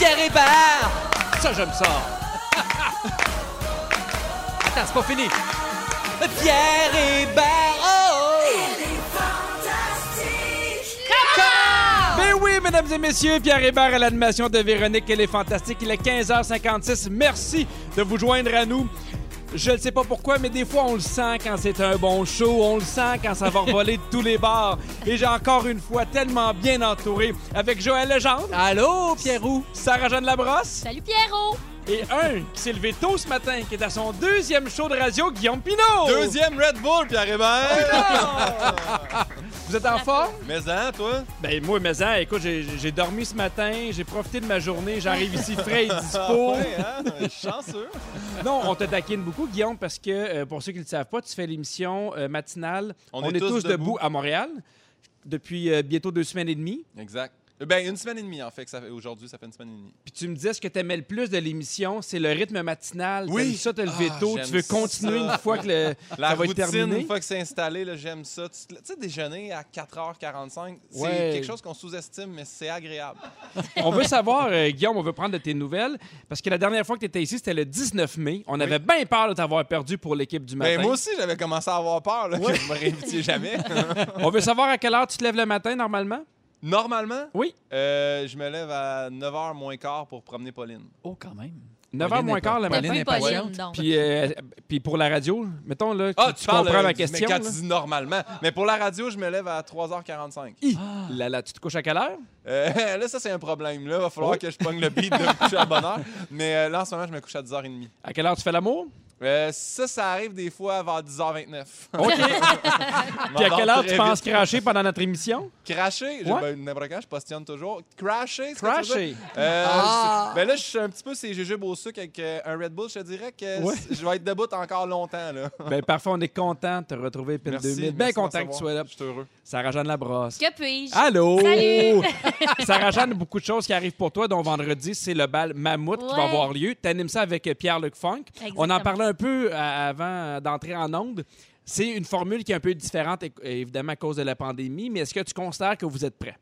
Eh Hébert. Ça, j'aime ça. Attends, c'est pas fini. Pierre Hébert. Oh, oh. Ben oui, mesdames et messieurs, Pierre Hébert à l'animation de Véronique, elle est fantastique. Il est 15h56. Merci de vous joindre à nous. Je ne sais pas pourquoi, mais des fois, on le sent quand c'est un bon show. On le sent quand ça va voler de tous les bars. Et j'ai encore une fois tellement bien entouré avec Joël Legendre, Allô, Pierrot. Sarah-Jeanne Labrosse Salut Pierrot! et un qui s'est levé tôt ce matin, qui est à son deuxième show de radio, Guillaume Pinot. Deuxième Red Bull, Pierre Hébert! Vous êtes en forme? Mais hein, toi? Ben moi, mais hein, écoute, j'ai j'ai dormi ce matin, j'ai profité de ma journée, j'arrive ici frais et dispo. Ouais, hein? Chanceux! Non, on te taquine beaucoup, Guillaume, parce que euh, pour ceux qui ne le savent pas, tu fais l'émission euh, matinale On, est, tous, debout. à Montréal depuis euh, bientôt deux semaines et demie. Exact. Euh, Ben, une semaine et demie, en fait. que ça fait- Aujourd'hui, ça fait une semaine et demie. Puis tu me disais ce que tu aimais le plus de l'émission, c'est le rythme matinal. Oui. T'aimes ça, te lever Ah, tôt, j'aime tu veux continuer ça. une fois que le- La ça va être routine, terminé. une fois que c'est installé, là, j'aime ça. Tu te- tu sais, déjeuner à 4h45, c'est Ouais. quelque chose qu'on sous-estime, mais c'est agréable. On veut savoir, euh, Guillaume, on veut prendre de tes nouvelles, parce que la dernière fois que tu étais ici, c'était le 19 mai. On avait bien peur de t'avoir perdu pour l'équipe du matin. Ben, moi aussi, j'avais commencé à avoir peur là, que vous me réinvitiez jamais. on veut savoir à quelle heure tu te lèves le matin normalement. Normalement, Oui. euh, je me lève à 9h moins quart pour promener Pauline. Oh, quand même. 9h moins quart le T'as matin. pas eu Pauline, donc. Puis, euh, puis pour la radio, mettons, là, Ah, tu, parles, comprends euh, ma du- question. Mais quand là. tu dis normalement. Mais pour la radio, je me lève à 3h45. Hi! Ah. Là, là, tu te couches à quelle heure? Euh, là, ça, c'est un problème. Là, va falloir Oui. que je pogne le beat de me coucher à bonne heure. Mais euh, là, en ce moment, je me couche à 10h30. À quelle heure tu fais l'amour? Euh, ça, ça arrive des fois vers 10h29. OK. Oh, Puis à quelle heure tu penses que... cracher pendant notre émission? Crasher? J'ai- Ouais. Ben, n'importe quand, je postionne toujours. Crasher? c'est quoi que tu veux Crasher. dire? Euh, Ah. je- Ben là, je suis un petit peu ces jujubes au sucre avec euh, un Red Bull. Je te dirais que Ouais. c- je vais être debout encore longtemps. Là. Ben, parfois, on est content de te retrouver, Pile 2000. Bien merci de content que tu savoir. sois là. Je suis heureux. Sarah-Jeanne Labrosse. Que puis-je? Allô? Salut! Sarah-Jeanne, beaucoup de choses qui arrivent pour toi, dont vendredi, c'est le bal Mammouth qui va Ouais. avoir lieu. Tu animes ça avec euh, Pierre-Luc Funk. On en Exactement. parlait un peu euh, avant euh, d'entrer en onde. C'est une formule qui est un peu différente, é- évidemment, à cause de la pandémie, mais est-ce que tu considères que vous êtes prêts?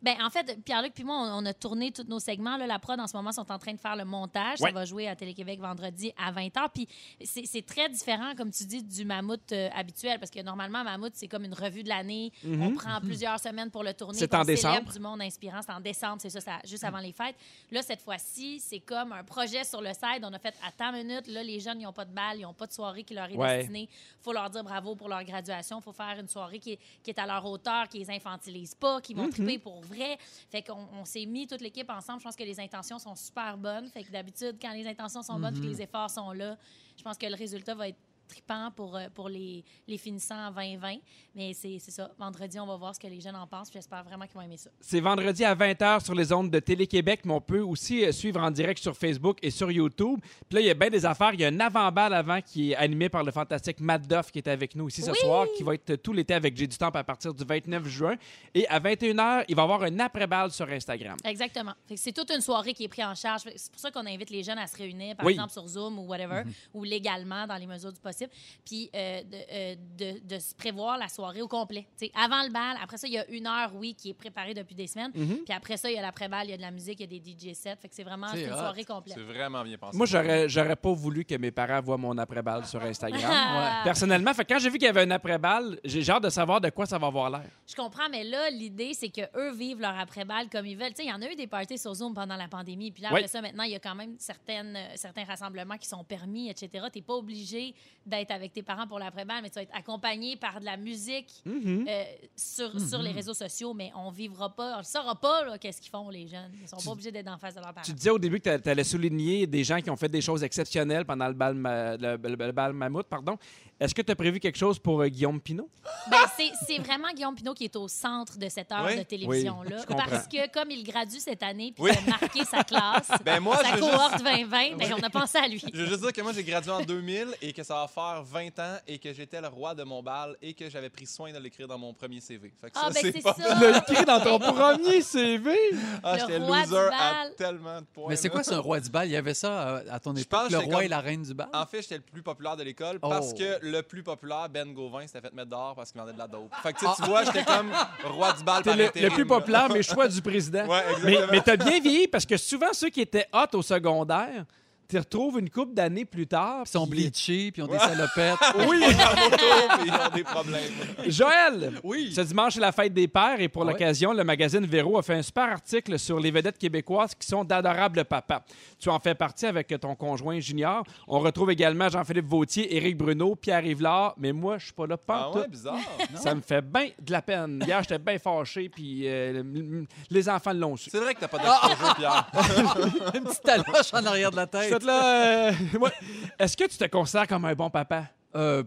Ben, en fait, Pierre-Luc puis moi, on, on a tourné tous nos segments. Là, la prod, en ce moment, sont en train de faire le montage. Ouais. Ça va jouer à Télé-Québec vendredi à 20h. Puis c'est c'est très différent, comme tu dis, du mammouth euh, habituel. Parce que normalement, mammouth, c'est comme une revue de l'année. On prend plusieurs semaines pour le tourner. C'est puis en on célèbre décembre. du monde inspirant. C'est en décembre, c'est ça, ça- juste avant les fêtes. Là, cette fois-ci, c'est comme un projet sur le side. On a fait à tant minutes. Là, les jeunes, ils n'ont pas de balle, ils n'ont pas de soirée qui leur est Ouais. destinée. faut leur dire bravo pour leur graduation. faut faire une soirée qui est, qui est à leur hauteur, qui les infantilise pas, qui vont triper pour vrai. Fait qu'on on s'est mis toute l'équipe ensemble. Je pense que les intentions sont super bonnes. Fait que d'habitude, quand les intentions sont bonnes et que les efforts sont là, je pense que le résultat va être tripant pour, euh, pour les, les finissants en 2020. Mais c'est c'est ça. Vendredi, on va voir ce que les jeunes en pensent. puis J'espère vraiment qu'ils vont aimer ça. C'est vendredi à 20h sur les ondes de Télé-Québec, mais on peut aussi euh, suivre en direct sur Facebook et sur YouTube. Puis là, il y a bien des affaires. Il y a un avant-balle avant qui est animé par le fantastique Matt Duff qui est avec nous ici ce soir, qui va être tout l'été avec J'ai du temps à partir du 29 juin. Et à 21h, il va y avoir un après-balle sur Instagram. Exactement. Fait que c'est toute une soirée qui est prise en charge. Fait que C'est pour ça qu'on invite les jeunes à se réunir, par Oui. exemple sur Zoom ou whatever, Mhm. ou légalement dans les mesures du possible, puis euh, de, euh, de- de se prévoir la soirée au complet. Tu sais, avant le bal, après ça, il y a une heure, oui, qui est préparée depuis des semaines. Puis après ça, il y a l'après-bal, il y a de la musique, il y a des DJ sets. Fait que Ah, c'est vraiment Mhm. C'est une hot. soirée complète. C'est vraiment bien pensé. Moi, j'aurais, j'aurais pas voulu que mes parents voient mon après-balle sur Instagram. Ah! Personnellement, fait, que quand j'ai vu qu'il y avait un après-balle, j'ai j'ai hâte de savoir de quoi ça va avoir l'air. Je comprends, mais là, l'idée, c'est qu'eux vivent leur après-balle comme ils veulent. Tu sais, il y en a eu des parties sur Zoom pendant la pandémie. Puis là, après Oui. ça, maintenant, il y a quand même certaines, euh, certains rassemblements qui sont permis, etc. Tu n'es pas obligé d'être avec tes parents pour l'après-balle, mais tu vas être accompagné par de la musique Mm-hmm. euh, sur, sur les réseaux sociaux. Mais on vivra pas, on ne saura pas là, qu'est-ce qu'ils font, les jeunes. Ils sont pas obligés d'être en face de leurs parents. Tu disais au début que tu allais souligner des gens qui ont fait des choses exceptionnelles pendant le bal, ma- le, le- le bal mammouth. Pardon. Est-ce que tu as prévu quelque chose pour euh, Guillaume Pinot? Ben, c'est- c'est vraiment Guillaume Pinot qui est au centre de cette heure Oui. de télévision-là. Oui, je comprends. parce que comme il gradue cette année, puis Oui. il a marqué sa classe, Ben, moi, sa je veux cohorte 2020, ben, Oui. on a pensé à lui. Je veux juste dire que moi, j'ai gradué en 2000 et que ça va faire 20 ans et que j'étais le roi de mon bal et que j'avais pris soin de l'écrire dans mon premier CV. Fait que Ah, ben c'est pas- ça. Tu l'as écrit dans ton premier CV. Ah, Le j'étais roi du loser à bal. tellement de points. Mais c'est là. quoi ce roi du bal? Il y avait ça euh, à, à ton Je époque, pense le que c'est roi et comme- Ah. la reine du bal? En fait, j'étais le plus populaire de l'école Oh. parce que le plus populaire, Ben Gauvin, s'était fait mettre dehors parce qu'il vendait de la dope. Fait que tu sais, tu vois, j'étais comme roi du bal Ah. T'es par le, le intérim, plus là. populaire, mais choix du président. Ouais, mais exactement. mais t'as bien vieilli parce que souvent ceux qui étaient hot au secondaire, tu retrouves une couple d'années plus tard. Ils sont puis- bleachés, puis ils ont des salopettes. Oui, Moto, puis ils ont des problèmes. Ah, Joël. Oui. Ce dimanche, c'est la fête des pères et pour Ah ouais? l'occasion, le magazine Véro a fait un super article sur les vedettes québécoises qui sont d'adorables papas. Tu en fais partie avec ton conjoint Junior. On retrouve également Jean-Philippe Vautier, Éric Bruno, Pierre Yvelard, mais moi, je suis pas là Ah pantoute. ben ouais, bizarre. Ça me fait bien de la peine. Hier, j'étais bien fâché, puis euh, m- m- les enfants l'ont su. C'est vrai que t'as pas Ah. d'exposure, Pierre. Une petite taloche en arrière de la Je tête. suis là, euh, ouais. Est-ce que tu te considères comme un bon papa? Euh,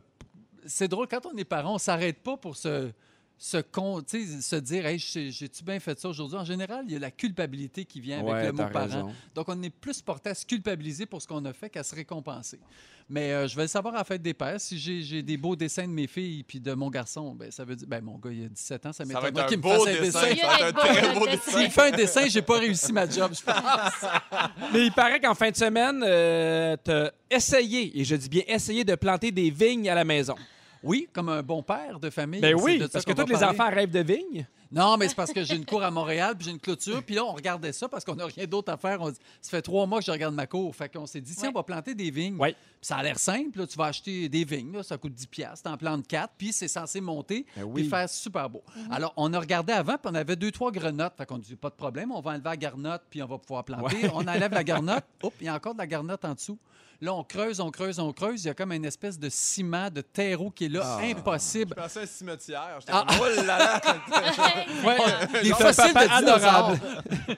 c'est drôle, quand on est parent, on s'arrête pas pour se, se, con- tu sais, se dire hey, j'ai- J'ai-tu bien fait ça aujourd'hui En général, il y a la culpabilité qui vient avec Ouais, le mot t'as parent. raison. Donc, on est plus porté à se culpabiliser pour ce qu'on a fait qu'à se récompenser. Mais euh, je vais le savoir à la fête des pères. Si j'ai j'ai des beaux dessins de mes filles puis de mon garçon, ben, ça veut dire ben, mon gars, il a 17 ans, ça Ça va m'étonne être un qu'il me beau fasse un dessin. Ça dessin. dessin. va être un très beau dessin. S'il fait un dessin, j'ai pas réussi ma job, je pense. Mais il paraît qu'en fin de semaine, euh, t'as essayé, et je dis bien essayé, de planter des vignes à la maison. Oui, comme un bon père de famille. Ben c'est oui, de ça parce que qu'on va tous les parler. enfants rêvent de vignes. Non, mais c'est parce que j'ai une cour à Montréal, puis j'ai une clôture, puis là, on regardait ça parce qu'on n'a rien d'autre à faire. On dit, ça fait trois mois que je regarde ma cour. Fait qu'on s'est dit, tiens, Ouais. on va planter des vignes. Ouais. Puis ça a l'air simple. là, tu vas acheter des vignes, là, ça coûte 10 piastres, t'en plantes 4, puis c'est censé monter, Ben oui. puis faire super beau. Alors, on a regardé avant, puis on avait deux, trois grenottes. Fait qu'on dit, pas de problème, on va enlever la garnotte, puis on va pouvoir planter. On enlève la garnotte, oups, il y a encore de la garnotte en dessous. Là, on creuse, on creuse, on creuse. Il y a comme une espèce de ciment, de terreau qui est là, Ah. impossible. Je pensais à un cimetière. J'étais Ah. comme, oh là là. Ouais, les Genre fossiles papa de dinosaures. adorable.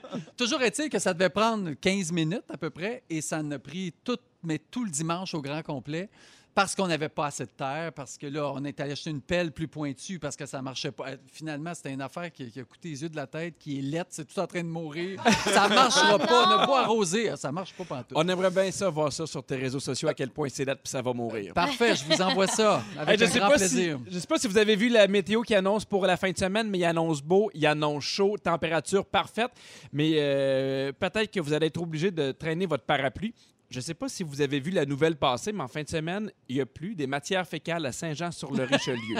Toujours est-il que ça devait prendre 15 minutes à peu près et ça en a pris tout, mais tout le dimanche au grand complet parce qu'on n'avait pas assez de terre, parce que là, on est allé acheter une pelle plus pointue parce que ça marchait pas. Euh, Finalement, c'était une affaire qui, qui a coûté les yeux de la tête, qui est laite, c'est tout en train de mourir. Ça marchera pas, on n'a pas arrosé. Ah, Ça marche pas pantoute. On aimerait bien ça, voir ça sur tes réseaux sociaux, à quel point c'est là puis ça va mourir. Parfait, je vous envoie ça avec Hey, un je, sais grand pas si, plaisir. je sais pas si vous avez vu la météo qui annonce pour la fin de semaine, mais il annonce beau, il annonce chaud, température parfaite. Mais euh, peut-être que vous allez être obligé de traîner votre parapluie. Je sais pas si vous avez vu la nouvelle passer, mais en fin de semaine, il y a plus des matières fécales à Saint-Jean-sur-le-Richelieu.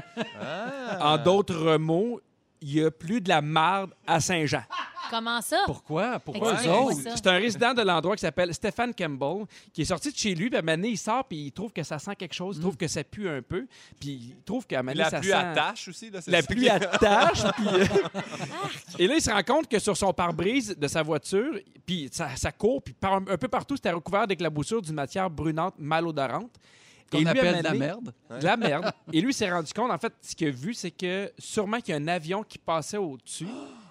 En d'autres mots, il y a plus de la marde à Saint-Jean. Comment ça? Pourquoi? Pourquoi eux Explique-moi autres? ça. C'est un résident de l'endroit qui s'appelle Stéphane Campbell, qui est sorti de chez lui, puis à un moment donné, il sort, puis il trouve que ça sent quelque chose, il Mm. trouve que ça pue un peu, puis il trouve qu'à un moment donné, La ça pluie sent... attache aussi. Là, c'est La ça pluie qui- attache. puis, euh, et là, il se rend compte que sur son pare-brise de sa voiture, puis ça, ça court, puis par- un peu partout, c'était recouvert d'éclaboussures d'une matière brunante, malodorante. Et Qu'on lui, à un appelle moment de la donné- merde. de la merde. Et lui il s'est rendu compte, en fait, ce qu'il a vu, c'est que sûrement qu'il y a un avion qui passait au-dessus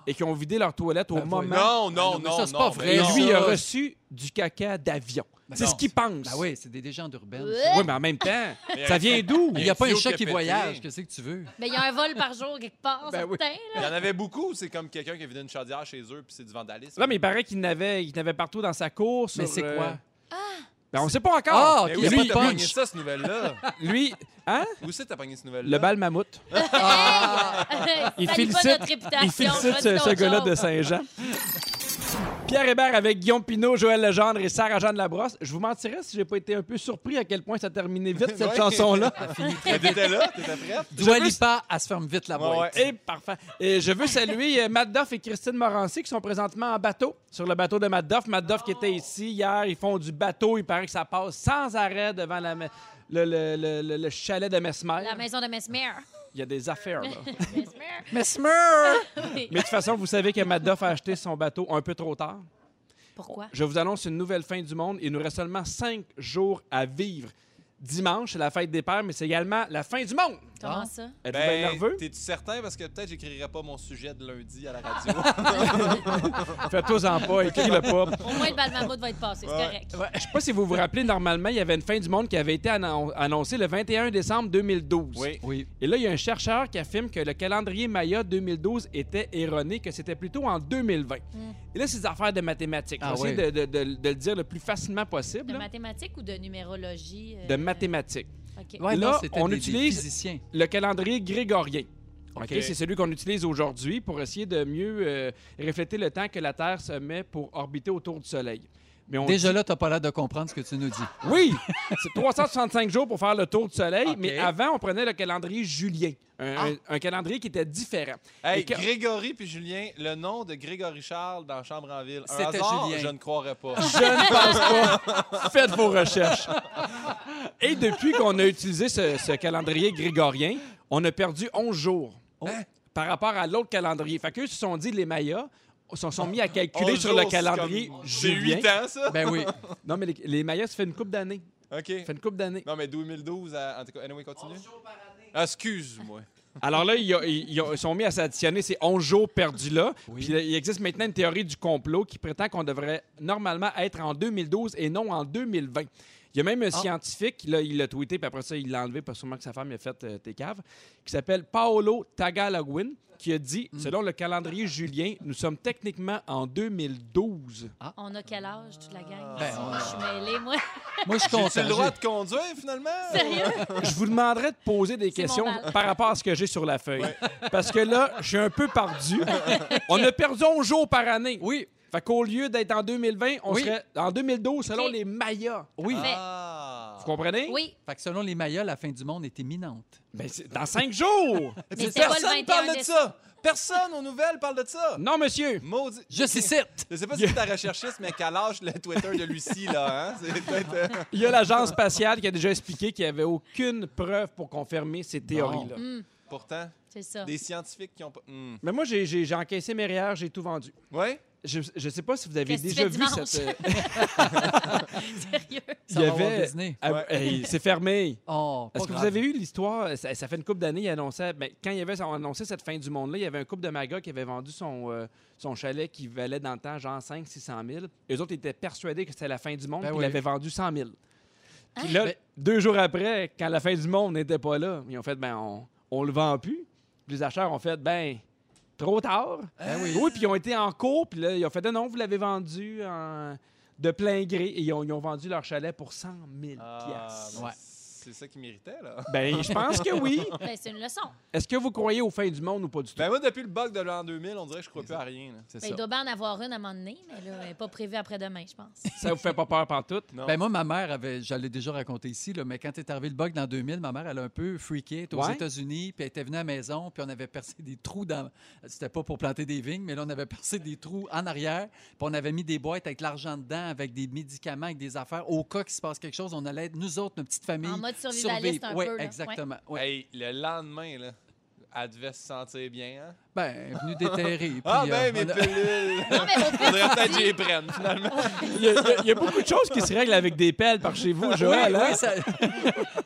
et qui ont vidé leur toilette au Ben moment. voyons. Non, Ah, non, Non, mais non. ça, c'est non, pas mais vrai. Et non. lui, il a Ça. reçu du caca d'avion. Ben c'est non. ce qu'il pense. Ben oui, c'est des, des gens d'urbaine. Ouais. ça. Oui, mais en même temps, Mais ça vient d'où? Il n'y a pas un Tio chat qui a qui pété. voyage, qu'est-ce que tu veux? Mais il y a un vol par jour quelque part, Ben oui. certain, là. Il y en avait beaucoup. C'est comme quelqu'un qui a vidé une chaudière chez eux, puis c'est du vandalisme. Là, mais il paraît qu'il n'avait, il n'avait partout dans sa cour. Mais sur, c'est euh, quoi? Ben, on sait pas encore. Ah, Mais ok, où il y a c'est pas que de t'as punch. pogné ça, cette nouvelle-là? Ah! Lui, hein? Où c'est que t'as pogné cette Le nouvelle-là? bal mammouth. Il Il félicite, pas félicite, notre réputation. il félicite ce, ce gars-là de Saint-Jean. Pierre Hébert avec Guillaume Pinot, Joël Legendre et Sarah Jeanne Labrosse. Je vous mentirais si j'ai pas été un peu surpris à quel point ça terminait vite cette Ouais. chanson-là. Mais T'étais là? T'étais prête? Dua Lipa, elle se ferme vite la Ouais, boîte. ouais. Et Eh, parfait. Et je veux saluer euh, Matt Doff et Christine Morancy qui sont présentement en bateau sur le bateau de Matt Doff. Matt Doff qui Oh. était ici hier, ils font du bateau. Il paraît que ça passe sans arrêt devant la me- le, le- le- le- le chalet de Mesmer. La maison de Mesmer. Il y a des affaires là. Mesmer. Ah Mesmer! Oui. Mais de toute façon, vous savez que Matt Doff a acheté son bateau un peu trop tard. Pourquoi? Je vous annonce une nouvelle fin du monde. Il nous reste seulement cinq jours à vivre. Dimanche, c'est la fête des pères, mais c'est également la fin du monde. Comment ça? Êtes-vous Ben, bien nerveux? T'es-tu certain? Parce que peut-être j'écrirai pas mon sujet de lundi à la radio. Faites-en pas, écris-le pas. Au moins, le bal mammouth va être passé, c'est Ouais. correct. Je sais pas si vous vous rappelez, normalement, il y avait une fin du monde qui avait été annon- annoncée le 21 décembre 2012. oui. Oui. Et là, il y a un chercheur qui affirme que le calendrier Maya 2012 était erroné, que c'était plutôt en 2020. Et là, c'est des affaires de mathématiques. Ah J'essaie ouais. de, de- de- de le dire le plus facilement possible. De là. mathématiques ou de numérologie? euh, de mathématiques. OK. Ouais, Là, Ah non, c'était on des, utilise- des physiciens. Le calendrier grégorien. OK, OK. C'est celui qu'on utilise aujourd'hui pour essayer de mieux euh, refléter le temps que la Terre se met pour orbiter autour du Soleil. Mais on Déjà dit- là, tu n'as pas l'air de comprendre ce que tu nous dis. Oui, c'est 365 jours pour faire le tour du Soleil, OK. mais avant, on prenait le calendrier julien, un, Ah. un- un calendrier qui était différent. Et Hey, que- Grégory puis Julien, le nom de Grégory Charles dans Chambre en Ville. Un C'était hasard, Julien. je ne croirais pas. Je ne pense pas. Faites vos recherches. Et depuis qu'on a utilisé ce, ce calendrier grégorien, on a perdu 11 jours Hein? par rapport à l'autre calendrier. Fait qu'eux se sont dit, les Mayas, se sont mis à calculer Onze sur le jours, c'est calendrier comme- C'est julien. 8 ans, ça? Ben oui. Non, mais les, les Mayas, ça fait une coupe d'années. OK. Ça fait une coupe d'années. Non, mais 2012, à- en tout cas, anyway, continue. Ah, Excuse-moi. Alors là, ils, ont- ils ont- ils sont mis à s'additionner ces 11 jours perdus là. Oui. Puis là, il existe maintenant une théorie du complot qui prétend qu'on devrait normalement être en 2012 et non en 2020. Il y a même un Ah. scientifique, là, il l'a tweeté, puis après ça, il l'a enlevé, parce que sûrement que sa femme il a fait euh, tes caves, qui s'appelle Paolo Tagalogwin, qui a dit Hmm. Selon le calendrier julien, nous sommes techniquement en 2012. On a quel âge, toute la gang? Ben, ici? on- Je suis mêlée, moi. Moi, je suis content. J'ai le droit de conduire, finalement? Sérieux? Je vous demanderai de poser des C'est mon questions mal. par rapport à ce que j'ai sur la feuille. Parce que là, je suis un peu perdu. On a perdu 11 jours par année. Oui, Fait qu'au lieu d'être en 2020, on Oui. serait en 2012 selon Ok. les Mayas. oui. Ah. Ah. Vous comprenez? Oui, Fait que selon les Mayas, la fin du monde est imminente. Ben, c'est dans cinq jours! mais c'est pas le Personne 21 parle de décembre. ça! Personne aux nouvelles parle de ça! non, monsieur! Maudit. Je suis cite. Je sais pas si c'est ta recherchiste, mais qu'elle lâche le Twitter de Lucie, là, hein? C'est peut-être. euh, Il y a l'agence spatiale qui a déjà expliqué qu'il n'y avait aucune preuve pour confirmer ces théories-là. Mm. Pourtant, c'est ça. des scientifiques qui ont pas. Hmm. Mais moi, j'ai- j'ai j'ai encaissé mes rires, j'ai tout vendu. Ouais? Je ne sais pas si vous avez Qu'est-ce que tu déjà fais vu dimanche? cette... euh, Sérieux? Ça Il y va avoir avait- Disney. ah, Ouais. hey, C'est fermé! Oh, pas Est-ce que vous grave. avez eu l'histoire? Ça, ça fait une couple d'années, il annonçait. ben, quand il y avait on annonçait cette fin du monde-là, il y avait un couple de magas qui avait vendu son, euh, son chalet qui valait dans le temps genre 5 600 000. Eux autres étaient persuadés que c'était la fin du monde, Ben puis oui. Hein? Ben ils l'avaient vendu 100 000. Puis là, deux jours après, quand la fin du monde n'était pas là, ils ont fait, ben, on, on le vend plus. Puis les acheteurs ont fait, ben, trop tard. Ben oui. puis ils ont été en cours, puis là, ils ont fait, non, non, vous l'avez vendu en- de plein gré. Et ils ont, ils ont vendu leur chalet pour 100 000 Ah, piastres. ben, Ouais. C'est ça qui méritait, là. Ben, je pense que oui. Ben, c'est une leçon. Est-ce que vous croyez aux fins du monde ou pas du tout? Ben, moi, depuis le bug de l'an 2000, on dirait que je crois plus à rien, là. C'est Ben, ça. il doit bien en avoir une à un moment donné, mais là, elle n'est pas prévue après-demain, je pense. Ça vous fait pas peur pantoute? Non. Ben moi, ma mère avait, j'allais déjà raconter ici, là, mais quand est arrivé le bug dans 2000, ma mère, elle a un peu freaké, elle était aux Ouais. États-Unis, puis elle était venue à la maison, puis on avait percé des trous dans. C'était pas pour planter des vignes, mais là, on avait percé des trous en arrière, puis on avait mis des boîtes avec l'argent dedans, avec des médicaments, avec des affaires. Au cas qu'il se passe quelque chose, on allait être, nous autres, notre petite famille. En mode survivaliste survivre. un Ouais, peu, là. Ouais. exactement. Ouais. Hey, le lendemain, là, elle devait se sentir bien, hein? Ben, venu déterrer. puis, ah, ben, euh, mes on a- pilules! Non, mais au pire, Faudrait peut-être que j'y prenne, finalement. Il y, a- il y a- il y a beaucoup de choses qui se règlent avec des pelles par chez vous, Oui, Joël. hein? oui, ça-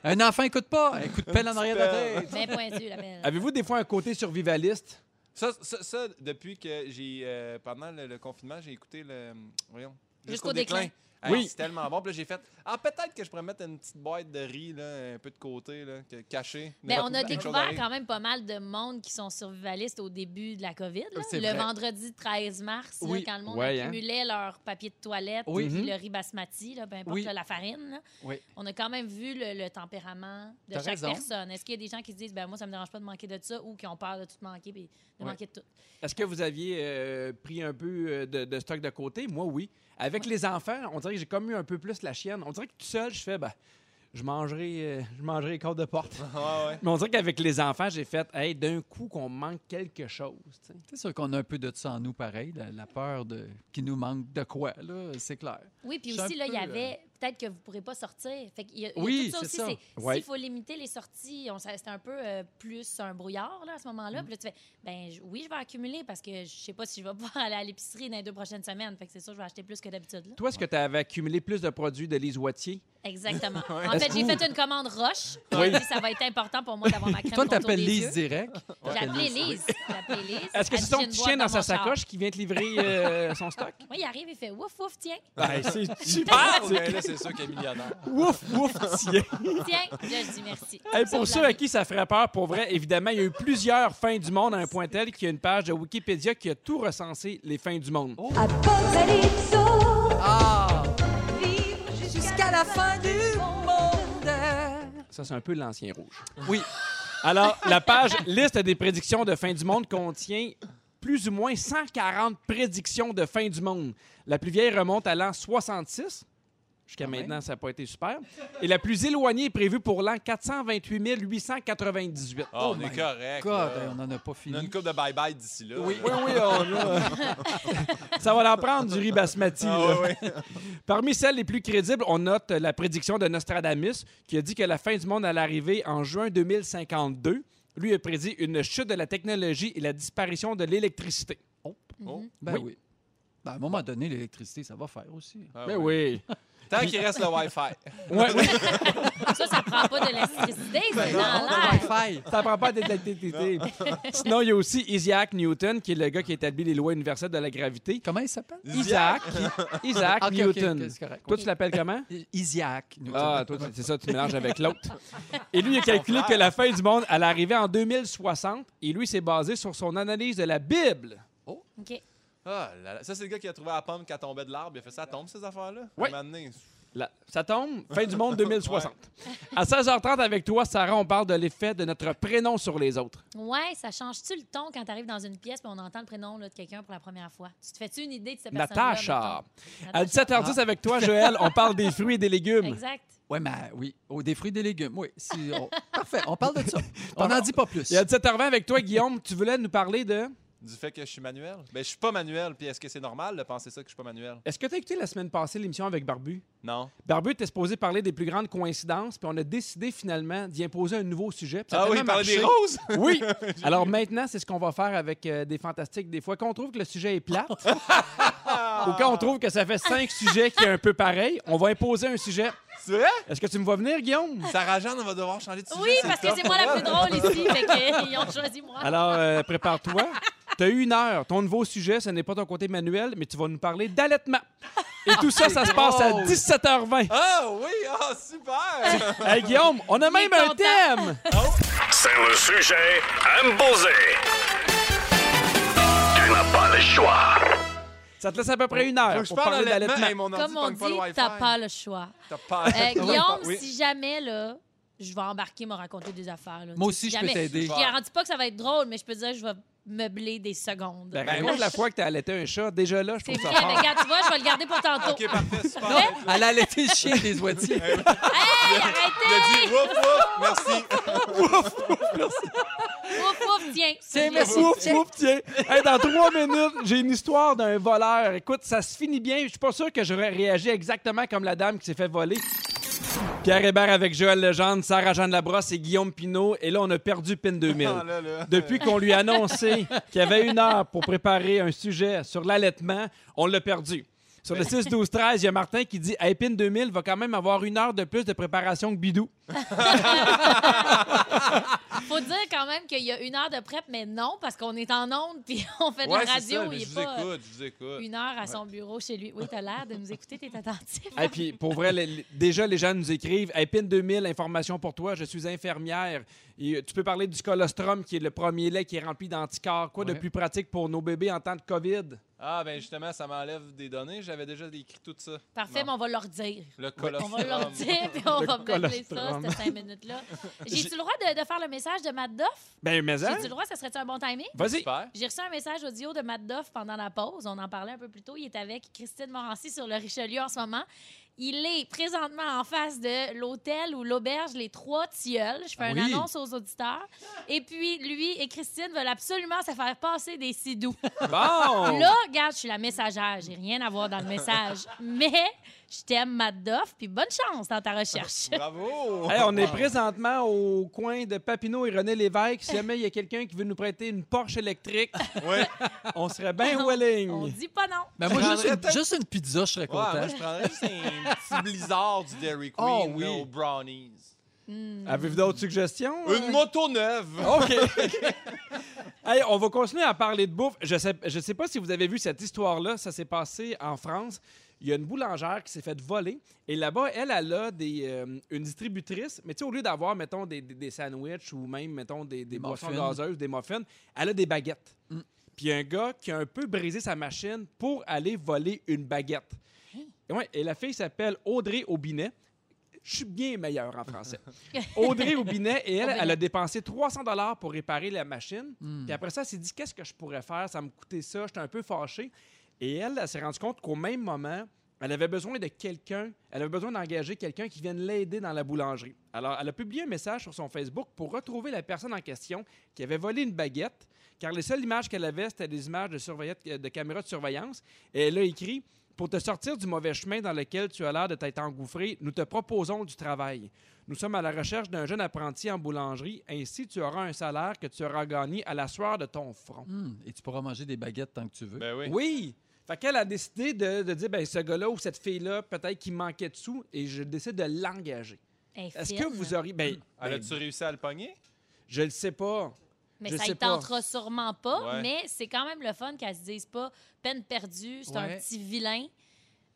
un enfant écoute pas, un coup de pelle en arrière de la tête. bien pointu, la belle. Avez-vous des fois un côté survivaliste? Ça, ça, ça, depuis que j'ai. euh, pendant le, le confinement, j'ai écouté le. Voyons. Jusqu'au déclin. Hey, Oui. C'est tellement bon. Puis là, j'ai fait. Ah, peut-être que je pourrais mettre une petite boîte de riz, là, un peu de côté, là, que- cachée. Mais Ben, on a Quelque chose découvert d'arrive. quand même pas mal de monde qui sont survivalistes au début de la COVID. là. C'est Le vrai. vendredi 13 mars, là, Oui. quand le monde Ouais, hein. accumulait leur papier de toilette, Oui. puis Mhm. le riz basmati, là, peu importe Oui. là, la farine, là. Oui. on a quand même vu le, le tempérament de T'as chaque raison. personne. Est-ce qu'il y a des gens qui se disent, ben moi, ça me dérange pas de manquer de ça ou qui ont peur de tout manquer puis de Ouais. manquer de tout? Est-ce que vous aviez euh, pris un peu euh, de, de stock de côté? Moi, oui. Avec les enfants, on dirait que j'ai comme eu un peu plus la chienne. On dirait que tout seul, je fais, ben, je mangerai, euh, je mangerai les côtes de porte. Ah, ouais. Mais on dirait qu'avec les enfants, j'ai fait, hey, d'un coup, qu'on manque quelque chose. tu sais. C'est sûr qu'on a un peu de ça en nous, pareil, la, la peur de qui nous manque de quoi, là, c'est clair. Oui, puis Je suis aussi, un là, il y peu, avait euh, peut-être que vous ne pourrez pas sortir. Fait qu'il y a, il y a Oui, tout ça c'est aussi. ça. c'est- S'il Ouais. faut limiter les sorties, on, ça- c'était un peu euh, plus un brouillard là, à ce moment-là. Mm. Puis là, tu fais, ben j- oui, je vais accumuler parce que je sais pas si je vais pouvoir aller à l'épicerie dans les deux prochaines semaines. Fait que c'est sûr, je vais acheter plus que d'habitude. là. Toi, est-ce que tu avais accumulé plus de produits de Lise Wattier? Exactement. En fait, Est-ce j'ai que- fait une commande roche. Oui. J'ai dit, ça va être important pour moi d'avoir ma crème Toi, contour t'appelles des Lise yeux. direct. J'ai appelé Lise. J'ai appelé Lise. Est-ce que Elle c'est dit, ton j'ai une petit boîte chien dans sa mon char. sacoche qui vient te livrer euh, son stock? Oui, il arrive et fait ouf, ouf, tiens. c'est Ah, ben, là, c'est sûr qu'elle est millionnaire. Ouf, ouf, tiens. Tiens. Là, je dis merci. Hey, Ça, pour je ceux à l'avais. qui ça ferait peur, pour vrai, évidemment, il y a eu plusieurs fins du monde à un point tel qu'il y a une page de Wikipédia qui a tout recensé les fins du monde. Apocalypso, Ah! vivre jusqu'à Jusqu'à la fin du monde. Ça, c'est un peu l'ancien rouge. Oui. Alors, la page liste des prédictions de fin du monde contient plus ou moins 140 prédictions de fin du monde. La plus vieille remonte à l'an 66. Jusqu'à Quand même. maintenant, ça n'a pas été super. Et la plus éloignée est prévue pour l'an 428 898. Ah, Oh on est my correct. God, là. on n'en a pas On fini. a une coupe de bye-bye d'ici là. Oui. là. oui, on euh, Ça va leur prendre du riz basmati. Ah, là. oui, oui. Parmi celles les plus crédibles, on note euh, la prédiction de Nostradamus qui a dit que la fin du monde allait arriver en juin 2052. Lui a prédit une chute de la technologie et la disparition de l'électricité. Oh. Ben Oui. oui. Ben, à un moment donné, l'électricité, ça va faire aussi. Ah, Ben oui. Tant qu'il reste le Wi-Fi. Ouais, oui. Ça, ça prend pas de l'électricité, Ben c'est dans On a l'air. Wi-Fi. Ça prend pas d'électricité. Sinon, il y a aussi Isaac Newton, qui est le gars qui a établi les lois universelles de la gravité. Comment il s'appelle? Isaac, Isaac Ok, ok, Newton. ok, c'est correct. Toi, tu l'appelles comment? Isiac. Newton. Ben, Ah, toi, tu- c'est ça, tu mélanges avec l'autre. Et lui, il a calculé que la fin du monde allait arriver en 2060. Et lui, s'est basé sur son analyse de la Bible. OK. Ah là là. Ça, c'est le gars qui a trouvé la pomme qu'elle tombait de l'arbre. Il a fait ça tombe, ces affaires-là. Oui. À un moment donné, Là, ça tombe, fin du monde 2060. À 16h30, avec toi, Sarah, on parle de l'effet de notre prénom sur les autres. Ouais, ça change-tu le ton quand tu arrives dans une pièce et on entend le prénom là, de quelqu'un pour la première fois? Tu te fais-tu une idée de cette personne-là? Natacha. mettons? Ah. À 17h10, avec toi, Joël, on parle des fruits et des légumes. Exact. Ouais, mais oui. Oh, des fruits et des légumes. Oui. si- oh, Parfait. On parle de ça. On n'en dit pas plus. Et à 17h20, avec toi, Guillaume, tu voulais nous parler de. du fait que je suis manuel. Ben, je suis pas manuel. Puis est-ce que c'est normal de penser ça que je suis pas manuel? Est-ce que tu as écouté la semaine passée l'émission avec Barbu? Non. Barbu était supposé parler des plus grandes coïncidences, puis on a décidé finalement d'y imposer un nouveau sujet. puis ça a ah oui, il tellement parlait des marché. roses. Oui. Alors maintenant, c'est ce qu'on va faire avec euh, des fantastiques. Des fois, quand on trouve que le sujet est plate, ou quand on trouve que ça fait cinq sujets qui est un peu pareil, on va imposer un sujet. C'est vrai? Est-ce que tu me vois venir, Guillaume? Sarah Jeanne, on va devoir changer de sujet. Oui, parce que top c'est pour moi la plus elle. drôle ici. fait que, ils ont choisi moi. Alors, euh, prépare-toi. Tu as eu une heure. Ton nouveau sujet, ce n'est pas ton côté manuel, mais tu vas nous parler d'allaitement. Et tout ça, ça se passe à drôle. 17h20. Ah oui, ah super! Hey, Guillaume, on a même un content. thème! C'est le sujet imposé. Tu n'as pas le choix. Ça te laisse à peu près une heure Faut que je pour parle parler honnêtement. Hey, d'allaitement. mon ordi Comme on pogne pas le dit, Wi-Fi. t'as pas le choix. T'as pas- Euh, Guillaume, Oui. si jamais, là, je vais embarquer, me raconter des affaires. là. Moi Tu sais, si aussi, je peux jamais- t'aider. Je garantis pas que ça va être drôle, mais je peux te dire que je vais meubler des secondes. Ben, Ben, raconte oui. la fois que t'as allaité un chat. Déjà là, je c'est trouve vrai, ça mais fort. regarde, tu vois, je vais le garder pour tantôt. Ok, parfait, super. Non. Elle a allaité le chien des oitiers. Hey, arrêtez! Il a dit wouf wouf, merci. Ouf, ouf, tiens. Tiens, merci. Ouf, ouf, tiens. Hey, dans trois minutes, j'ai une histoire d'un voleur. Écoute, ça se finit bien. Je suis pas sûr que j'aurais réagi exactement comme la dame qui s'est fait voler. Pierre Hébert avec Joël Legendre, Sarah-Jeanne Labrosse et Guillaume Pinault. Et là, on a perdu PIN 2000. Ah, là, là. Depuis qu'on lui a annoncé qu'il y avait une heure pour préparer un sujet sur l'allaitement, on l'a perdu. Sur le 6-12-13, il y a Martin qui dit Hey, PIN 2000 va quand même avoir une heure de plus de préparation que Bidou. Faut dire quand même qu'il y a une heure de prep, mais non, parce qu'on est en onde puis on fait de Ouais, la c'est radio. ça, mais il je est vous pas écoute, je vous écoute. une heure à son bureau chez lui. Oui, t'as l'air de nous écouter, t'es attentif. Et puis, pour vrai, les- les- déjà, les gens nous écrivent Hey, PIN 2000, information pour toi, je suis infirmière. Et, euh, tu peux parler du colostrum, qui est le premier lait qui est rempli d'anticorps. Quoi de Ouais. plus pratique pour nos bébés en temps de COVID Ah, ben justement, ça m'enlève des données. J'avais déjà écrit tout ça. Parfait, mais Non. Ah, on va leur dire. Le On colostrum. va leur dire, puis on Le va meubler ça, colostrum. ces cinq minutes-là. J'ai-tu le droit de, de faire le message de Matt Doff? Ben, mais hein? J'ai-tu le droit? Ça serait-tu un bon timing? Vas-y. Super. J'ai reçu un message audio de Matt Doff pendant la pause. On en parlait un peu plus tôt. Il est avec Christine Morancy sur le Richelieu en ce moment. Il est présentement en face de l'hôtel ou l'auberge Les Trois Tilleuls. Je fais Ah une oui. annonce aux auditeurs. Et puis, lui et Christine veulent absolument se faire passer des sidoux. Bon! Là, regarde, je suis la messagère. J'ai rien à voir dans le message. Mais je t'aime, Matt Doff, puis bonne chance dans ta recherche. Bravo! Hey, on est présentement au coin de Papineau et René Lévesque. Si jamais il y a quelqu'un qui veut nous prêter une Porsche électrique, Ouais. on serait bien On willing. dit pas non. Mais Ben, moi, juste Prendrais une, peut-être- juste une pizza, je serais Ouais, moi, content. je prendrais juste un petit blizzard du Dairy Queen Oh, là, oui. aux brownies. Avez-vous d'autres suggestions? Une moto neuve! Oh! OK. Hey, on va continuer à parler de bouffe. Je sais, je sais pas si vous avez vu cette histoire-là. Ça s'est passé en France. Il y a une boulangère qui s'est faite voler. Et là-bas, elle, elle a des, euh, une distributrice. Mais tu sais, au lieu d'avoir, mettons, des, des, des sandwichs ou même, mettons, des, des, boissons muffins. gazeuses, des muffins, elle a des baguettes. Puis il y a un gars qui a un peu brisé sa machine pour aller voler une baguette. Et, ouais, et la fille s'appelle Audrey Aubinet. Je suis bien meilleur en français. Audrey Aubinet, et elle, Aubinet. elle a dépensé 300 dollars pour réparer la machine. Puis après ça, elle s'est dit qu'est-ce que je pourrais faire Ça me coûtait ça. J'étais un peu fâché. Et elle, elle s'est rendue compte qu'au même moment, elle avait besoin de quelqu'un. Elle avait besoin d'engager quelqu'un qui vienne l'aider dans la boulangerie. Alors, elle a publié un message sur son Facebook pour retrouver la personne en question qui avait volé une baguette, car les seules images qu'elle avait, c'était des images de, surveillette- euh, de caméras de surveillance. Et elle a écrit Pour te sortir du mauvais chemin dans lequel tu as l'air de t'être engouffré, nous te proposons du travail. Nous sommes à la recherche d'un jeune apprenti en boulangerie. Ainsi, tu auras un salaire que tu auras gagné à la sueur de ton front. Hum, et tu pourras manger des baguettes tant que tu veux. Ben oui. Oui! Fait qu'elle a décidé de, de dire ben, ce gars-là ou cette fille-là, peut-être qu'il manquait de sous, et je décide de l'engager. Est-ce que hein. vous auriez. Ben, Elle ben, a-tu réussi à le pogner? je le sais pas. Mais Je ça sais ne pas. tentera sûrement pas, Ouais. mais c'est quand même le fun qu'elle se dise pas peine perdue, c'est Ouais. un petit vilain.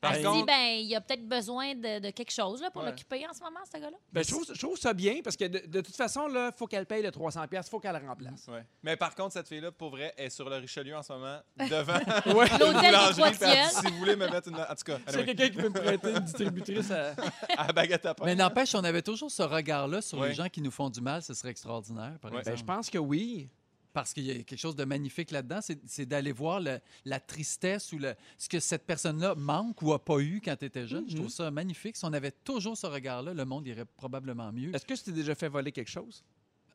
Par elle se dit, contre- ben, il y a peut-être besoin de, de quelque chose là, pour Ouais. l'occuper en ce moment, ce gars-là. Ben, je, trouve, je trouve ça bien parce que de, de toute façon, il faut qu'elle paye le 300$, il faut qu'elle le remplace. Ouais. Mais par contre, cette fille-là, pour vrai, est sur le Richelieu en ce moment, devant Ouais. une L'hôtel des boulangerie. puis elle dit, Trois-Tilleuls. Si vous voulez me mettre une. En tout cas, C'est anyway, quelqu'un qui peut me prêter une distributrice à. à la baguette à pain. Mais n'empêche, on avait toujours ce regard-là sur les Ouais. gens qui nous font du mal, ce serait extraordinaire, par Ouais. exemple. Ben, je pense que oui. Parce qu'il y a quelque chose de magnifique là-dedans, c'est c'est d'aller voir le- la tristesse ou le, ce que cette personne-là manque ou a pas eu quand tu étais jeune. Je Mhm. Mm-hmm. trouve ça magnifique. Si on avait toujours ce regard-là, le monde irait probablement mieux. Est-ce que tu t'es déjà fait voler quelque chose?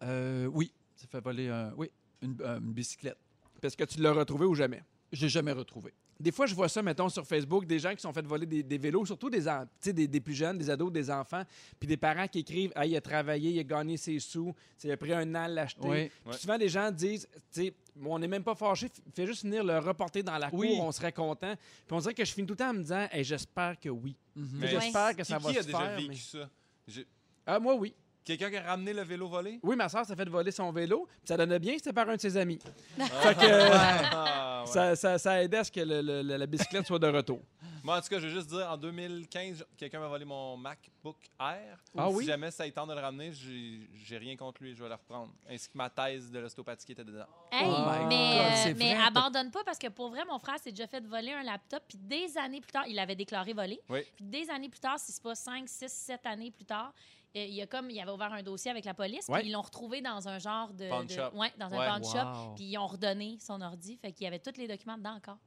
Euh, oui, ça fait voler un- oui, une, euh, une bicyclette. Parce que tu l'as retrouvé ou jamais. Je l'ai jamais retrouvé. Des fois, je vois ça, mettons, sur Facebook, des gens qui se sont fait voler des, des vélos, surtout des, en- tu sais, des, des plus jeunes, des ados, des enfants, puis des parents qui écrivent Ah, il a travaillé, il a gagné ses sous, tu sais, il a pris un an à l'acheter. Oui. Puis Ouais. Souvent, les gens disent tu sais, On n'est même pas fâché, fais juste venir le reporter dans la cour, Oui. on serait content. Puis on dirait que je finis tout le temps en me disant Hey, J'espère que oui. Mhm. Mais J'espère Ouais. que ça qui, va qui a se déjà faire. vécu mais- ça? J'ai- Ah, moi, oui. Quelqu'un qui a ramené le vélo volé? Oui, ma soeur s'est fait voler son vélo, puis ça donnait bien, c'était par un de ses amis. Fait que- euh, Ah, ouais. Ça, ça, ça aidait à ce que le- le- le- la bicyclette soit de retour. Moi, en tout cas, je veux juste dire, en 2015, quelqu'un m'a volé mon MacBook Air. Ah si oui? jamais ça est temps de le ramener, j'ai j'ai rien contre lui, je vais le reprendre. Ainsi que ma thèse de l'ostéopathie qui était dedans. Hey, Oh my mais God, euh, c'est mais vrai, t'as- abandonne pas parce que pour vrai, mon frère s'est déjà fait voler un laptop, puis des années plus tard, il l'avait déclaré volé. Oui. Puis des années plus tard, si c'est pas 5, 6, 7 années plus tard, euh, il y a comme il avait ouvert un dossier avec la police, Ouais. puis ils l'ont retrouvé dans un genre de, Pawn de- shop. ouais, dans un Ouais. pawn shop, Wow. puis ils ont redonné son ordi, fait qu'il y avait tous les documents dedans encore.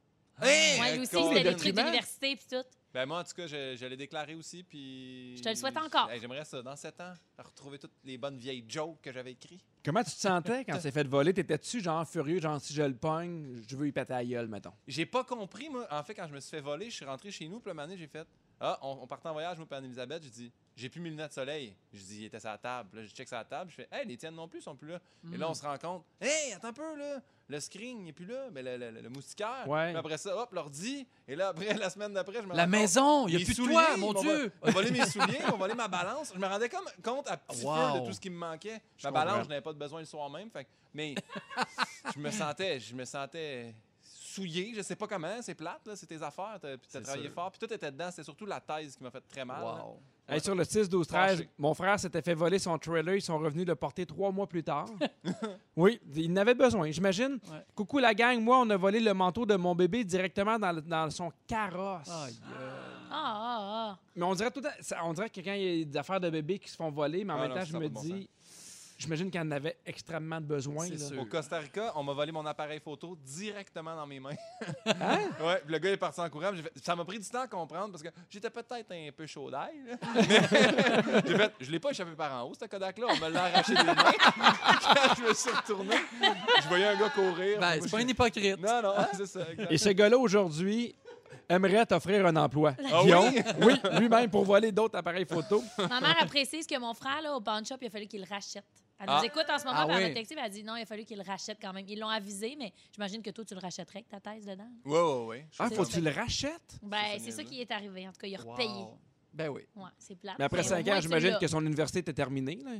Ah, Hey, Ouais, lui aussi, Colin. c'était des documents? trucs d'université puis tout. Ben moi, en tout cas, je, je l'ai déclaré aussi, puis... Je te le souhaite encore. Hey, J'aimerais ça, dans 7 ans, retrouver toutes les bonnes vieilles jokes que j'avais écrites. Comment tu te sentais quand c'est fait voler? T'étais-tu genre furieux, genre si je le pogne, je veux y péter la gueule, mettons? J'ai pas compris, moi. En fait, quand je me suis fait voler, je suis rentré chez nous, puis le moment donné, j'ai fait... Ah, on, on partait en voyage, moi, puis Anne-Elisabeth, j'ai dit... J'ai plus mes lunettes de soleil. Je dis, il était sa table. Là, je check sa table. Je fais, hey, les tiennes non plus sont plus là. Et Mm. là, on se rend compte, hey, attends un peu, là. Le screen, il est plus là. Mais le, le- le- le moustiquaire. Ouais. Puis après ça, hop, l'ordi. Et là, après, la semaine d'après, je me La rends compte, maison, il n'y Mes a plus de Ben, souliers, toi, mon ils m'ont Dieu! vo- Ils m'ont volé mes souliers, ils m'ont volé ma balance. Je me rendais comme compte à petit feu Wow. de tout ce qui me manquait. Je Ma comprends. balance, je n'avais pas de besoin le soir même. fait que- mais je me sentais, je me sentais souillé. Je sais pas comment, c'est plate, là, c'est tes affaires. t'as- Puis t'as C'est travaillé sûr. fort. Puis tout était dedans. C'était surtout la thèse qui m'a fait très mal. là. Wow. Hey, sur le 6-12-13, Fâché. mon frère s'était fait voler son trailer. Ils sont revenus le porter trois mois plus tard. oui, il n'avait besoin, j'imagine. Ouais. Coucou la gang, moi, on a volé le manteau de mon bébé directement dans, le- dans son carrosse. Aïe, euh, Ah, ah, ah. Mais on dirait tout le temps- ça- on dirait que quand il y a des affaires de bébé qui se font voler, mais en Ah même non, temps, ça je n'a me pas de bon dis, j'imagine qu'elle en avait extrêmement de besoin. C'est là. sûr. Au Costa Rica, on m'a volé mon appareil photo directement dans mes mains. Ouais, puis le gars est parti en courant. j'ai fait- Ça m'a pris du temps à comprendre parce que j'étais peut-être un peu chaud d'ail. là. Mais j'ai fait, je l'ai pas échappé par en haut, ce Kodak-là. On me l'a arraché des mains. Quand je me suis retourné, je voyais un gars courir. ben, Moi, c'est je- pas Hein? un hypocrite. Non, non, c'est ça. exact. Et ce gars-là, aujourd'hui, aimerait t'offrir un emploi. Ah oui? Guillaume, oui, lui-même pour voler d'autres appareils photo. ah. Ma mère, elle précise que mon frère, là, au pawn shop, il a fallu qu'il le rachète. Elle nous Ah. écoute en ce moment, Ah par oui. elle m'a texté, puis elle dit non, il a fallu qu'il le rachète quand même. Ils l'ont avisé, mais j'imagine que toi, tu le rachèterais avec ta thèse dedans. Ouais, ouais, ouais. Je Ah, trouve faut que ça- tu le rachètes? Ben, c'est c'est ça niaiseux. qui est arrivé. En tout cas, il a Wow. repayé. Ben oui. Ouais, c'est plate. Mais après au 5 moins, ans, tu j'imagine l'as. que son université était terminée. là.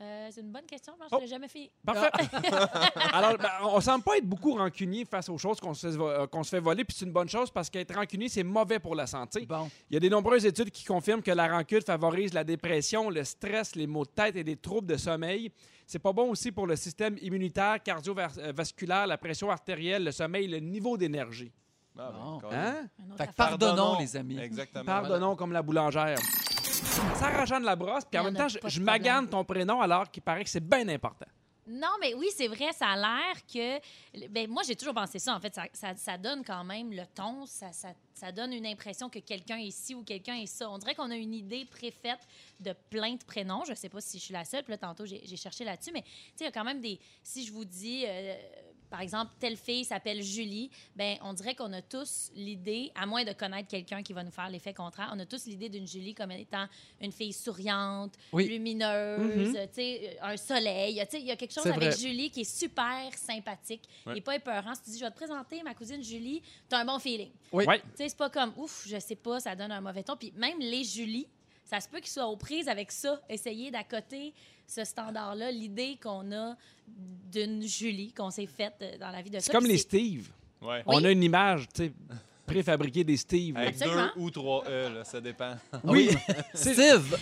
Euh, c'est une bonne question, je pense Oh. que je l'ai jamais fait. Parfait. Alors, ben, on semble pas être beaucoup rancunier face aux choses qu'on se, fait vo- euh, qu'on se fait voler, puis c'est une bonne chose parce qu'être rancunier, c'est mauvais pour la santé. Bon. Il y a des nombreuses études qui confirment que la rancune favorise la dépression, le stress, les maux de tête et des troubles de sommeil. C'est pas bon aussi pour le système immunitaire, cardiovasculaire, la pression artérielle, le sommeil, le niveau d'énergie. Ah, ben, Bon. carrément. Hein? Un autre Fait que affaire. Pardonnons, les amis. Exactement. Pardonnons comme la boulangère. Ça rajoute de la brosse, puis en Il y même en a temps, je, pas de je problème. magane ton prénom alors qu'il paraît que c'est bien important. Non, mais oui, c'est vrai, ça a l'air que. Ben, moi, j'ai toujours pensé ça. En fait, ça, ça- ça donne quand même le ton, ça, ça- ça donne une impression que quelqu'un est ci ou quelqu'un est ça. On dirait qu'on a une idée préfaite de plein de prénoms. Je sais pas si je suis la seule, puis là, tantôt, j'ai j'ai cherché là-dessus, mais tu sais, il y a quand même des. Si je vous dis. euh, par exemple, telle fille s'appelle Julie, ben on dirait qu'on a tous l'idée, à moins de connaître quelqu'un qui va nous faire l'effet contraire, on a tous l'idée d'une Julie comme étant une fille souriante, Oui. lumineuse, tu sais, euh, un soleil. Tu sais, Il y a quelque chose C'est avec vrai. Julie qui est super sympathique. Il n'est pas épeurant. Si tu dis, je vais te présenter ma cousine Julie, tu as un bon feeling. Oui. Ouais. Tu sais, c'est pas comme, ouf, je sais pas, ça donne un mauvais ton. Puis même les Julie, ça se peut qu'ils soient aux prises avec ça, essayer d'accoter ce standard-là, l'idée qu'on a d'une Julie qu'on s'est faite euh, dans la vie de C'est ça. comme Puis les Steve. Ouais. Oui. On a une image, tu sais, préfabriquée des Steve. là. Avec Absolument. deux ou trois E, là, ça dépend. Oui. Steve.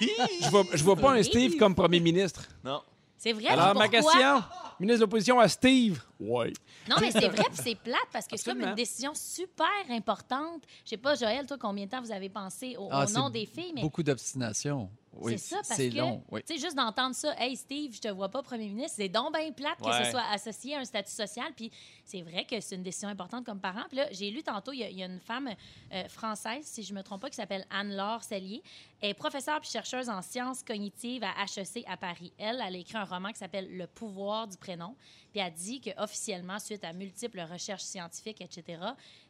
Je vois, je vois pas un Oui. Steve comme premier ministre. Non. C'est vrai, Alors, mais ma pourquoi? question, ministre de l'opposition à Steve. Oui. Non, mais c'est vrai, puis c'est plate parce que c'est comme Absolument. une décision super importante. Je sais pas, Joël, toi, combien de temps vous avez pensé au, au Ah, nom c'est des filles, mais Beaucoup d'obstination. Oui, c'est ça, parce C'est que, long. Oui. tu sais, juste d'entendre ça, « Hey, Steve, je te vois pas premier ministre », c'est donc bien plate que Ouais. ce soit associé à un statut social. Puis c'est vrai que c'est une décision importante comme parent. Puis là, j'ai lu tantôt, il y a- il y, a une femme euh, française, si je me trompe pas, qui s'appelle Anne-Laure Sellier. Elle est professeure puis chercheuse en sciences cognitives à HEC à Paris. Elle, elle a écrit un roman qui s'aelle « Le pouvoir du prénom ». Puis elle dit que officiellement, suite à multiples recherches scientifiques, etc.,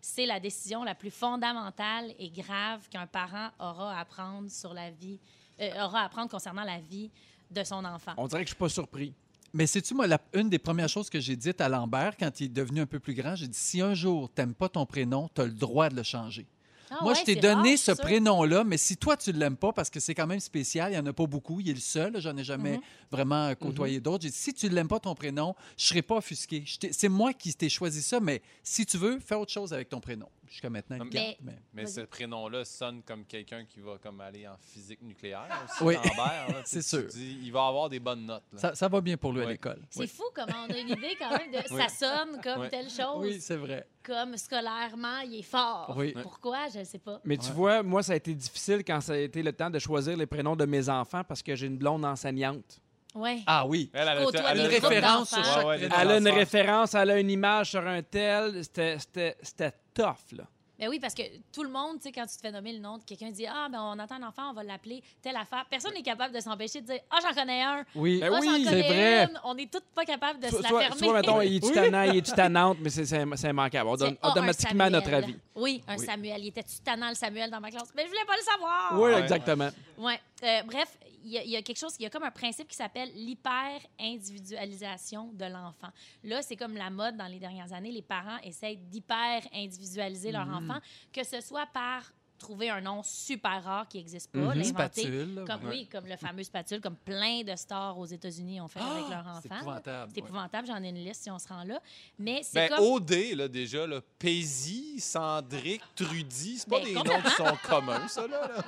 c'est la décision la plus fondamentale et grave qu'un parent aura à prendre sur la vie, euh, aura à prendre concernant la vie de son enfant. On dirait que je suis pas surpris. Mais sais-tu, moi, la- une des premières choses que j'ai dites à Lambert quand il est devenu un peu plus grand, j'ai dit si un jour t'aimes pas ton prénom, t'as le droit de le changer. Ah moi, ouais, je t'ai c'est donné rare, ce ça. prénom-là, mais si toi, tu l'aimes pas, parce que c'est quand même spécial, il n'y en a pas beaucoup, il est le seul, j'en ai jamais Mm-hmm. vraiment côtoyé d'autres. J'ai dit si tu l'aimes pas ton prénom, je serai pas offusqué. Je t'ai- C'est moi qui t'ai choisi ça, mais si tu veux, fais autre chose avec ton prénom. Jusqu'à maintenant, il Mais- le garde, mais- Mais Vas-y. ce prénom-là sonne comme quelqu'un qui va comme aller en physique nucléaire aussi, Oui. Lambert, là. Tu- C'est tu sûr. dis, il va avoir des bonnes notes. là. ça, ça va bien pour lui à Oui. l'école. C'est Oui, fou comment on a une idée quand même de Oui. ça sonne comme Oui. telle chose, Oui, c'est vrai. comme scolairement, il est fort. Oui. Pourquoi? Je ne sais pas. Mais tu vois, moi, ça a été difficile quand ça a été le temps de choisir les prénoms de mes enfants parce que j'ai une blonde enseignante. Ouais. Ah oui. Elle, elle a Côtoie fait- Une elle a les fait- groupes référence sur d'enfants. chaque Ouais, ouais, prénom. des Elle a une Transfert. référence, elle a une image sur un tel. C'était- C'était c'était tough, là. Ben oui, parce que tout le monde, tu sais, quand tu te fais nommer le nom de quelqu'un, dit Ah, ben on attend un enfant, on va l'appeler telle affaire. Personne n'est capable de s'empêcher de dire Ah, j'en connais un. Oui. Ben Ah, j'en oui, connais c'est vrai. une. On n'est toutes pas capables de Soit, se la soit- fermer. soit, mettons, il est tannant, il est tannante, mais c'est- c'est c'est immanquable. On Tu sais, donne Ah, un automatiquement notre Samuel. avis. Oui, un Oui. Samuel. Il était tannant, le Samuel, dans ma classe. Mais je voulais pas le savoir. Oui, ouais. exactement. Ouais. Euh, bref, il y, a- il y a quelque chose, il y a comme un principe qui s'appelle l'hyper-individualisation de l'enfant. Là, c'est comme la mode dans les dernières années. Les parents essayent d'hyper-individualiser leur Mhm. enfant, que ce soit par trouver un nom super rare qui n'existe pas, Mhm. l'inventer. Spatule, là, Comme, ouais. Oui, comme le fameux spatule, comme plein de stars aux États-Unis ont fait avec Ah, leur C'est enfant. là. épouvantable. C'est ouais. épouvantable, j'en ai une liste si on se rend là. Mais c'est Ben, comme. OD, là, déjà, là, Paisy, Sandrick, Trudy, c'est pas Ben, des noms complètement. qui sont communs, ça, là. là.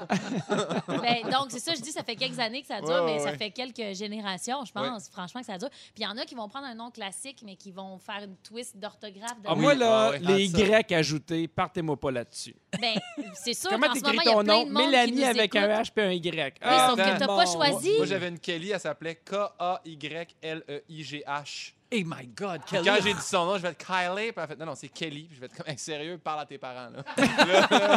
Ben, donc, c'est ça, je dis, ça fait quelques années que ça dure, Ouais, ouais, mais ça ouais. fait quelques générations, je pense, franchement, que ça dure. Puis il y en a qui vont prendre un nom classique, mais qui vont faire une twist d'orthographe. de- Ah, moi, là, Ah, ouais. les Ah, ça. Y ajoutés, partez-moi pas là-dessus. Ben, c'est sûr Comment qu'en ce t'écris moment, il y ton a plein nom? de monde qui Mélanie nous avec écoute. un H puis un Y. sauf que t'as mon- pas choisi. Moi, j'avais une Kelly, elle s'appelait E K-A-Y-L-E-I-G-H. Hey Eh, my God, Puis quel Quand j'ai dit son nom, je vais être Kylie, puis elle a fait, non, non, c'est Kelly. Puis je vais être comme, Hey, sérieux, parle à tes parents, là. Mais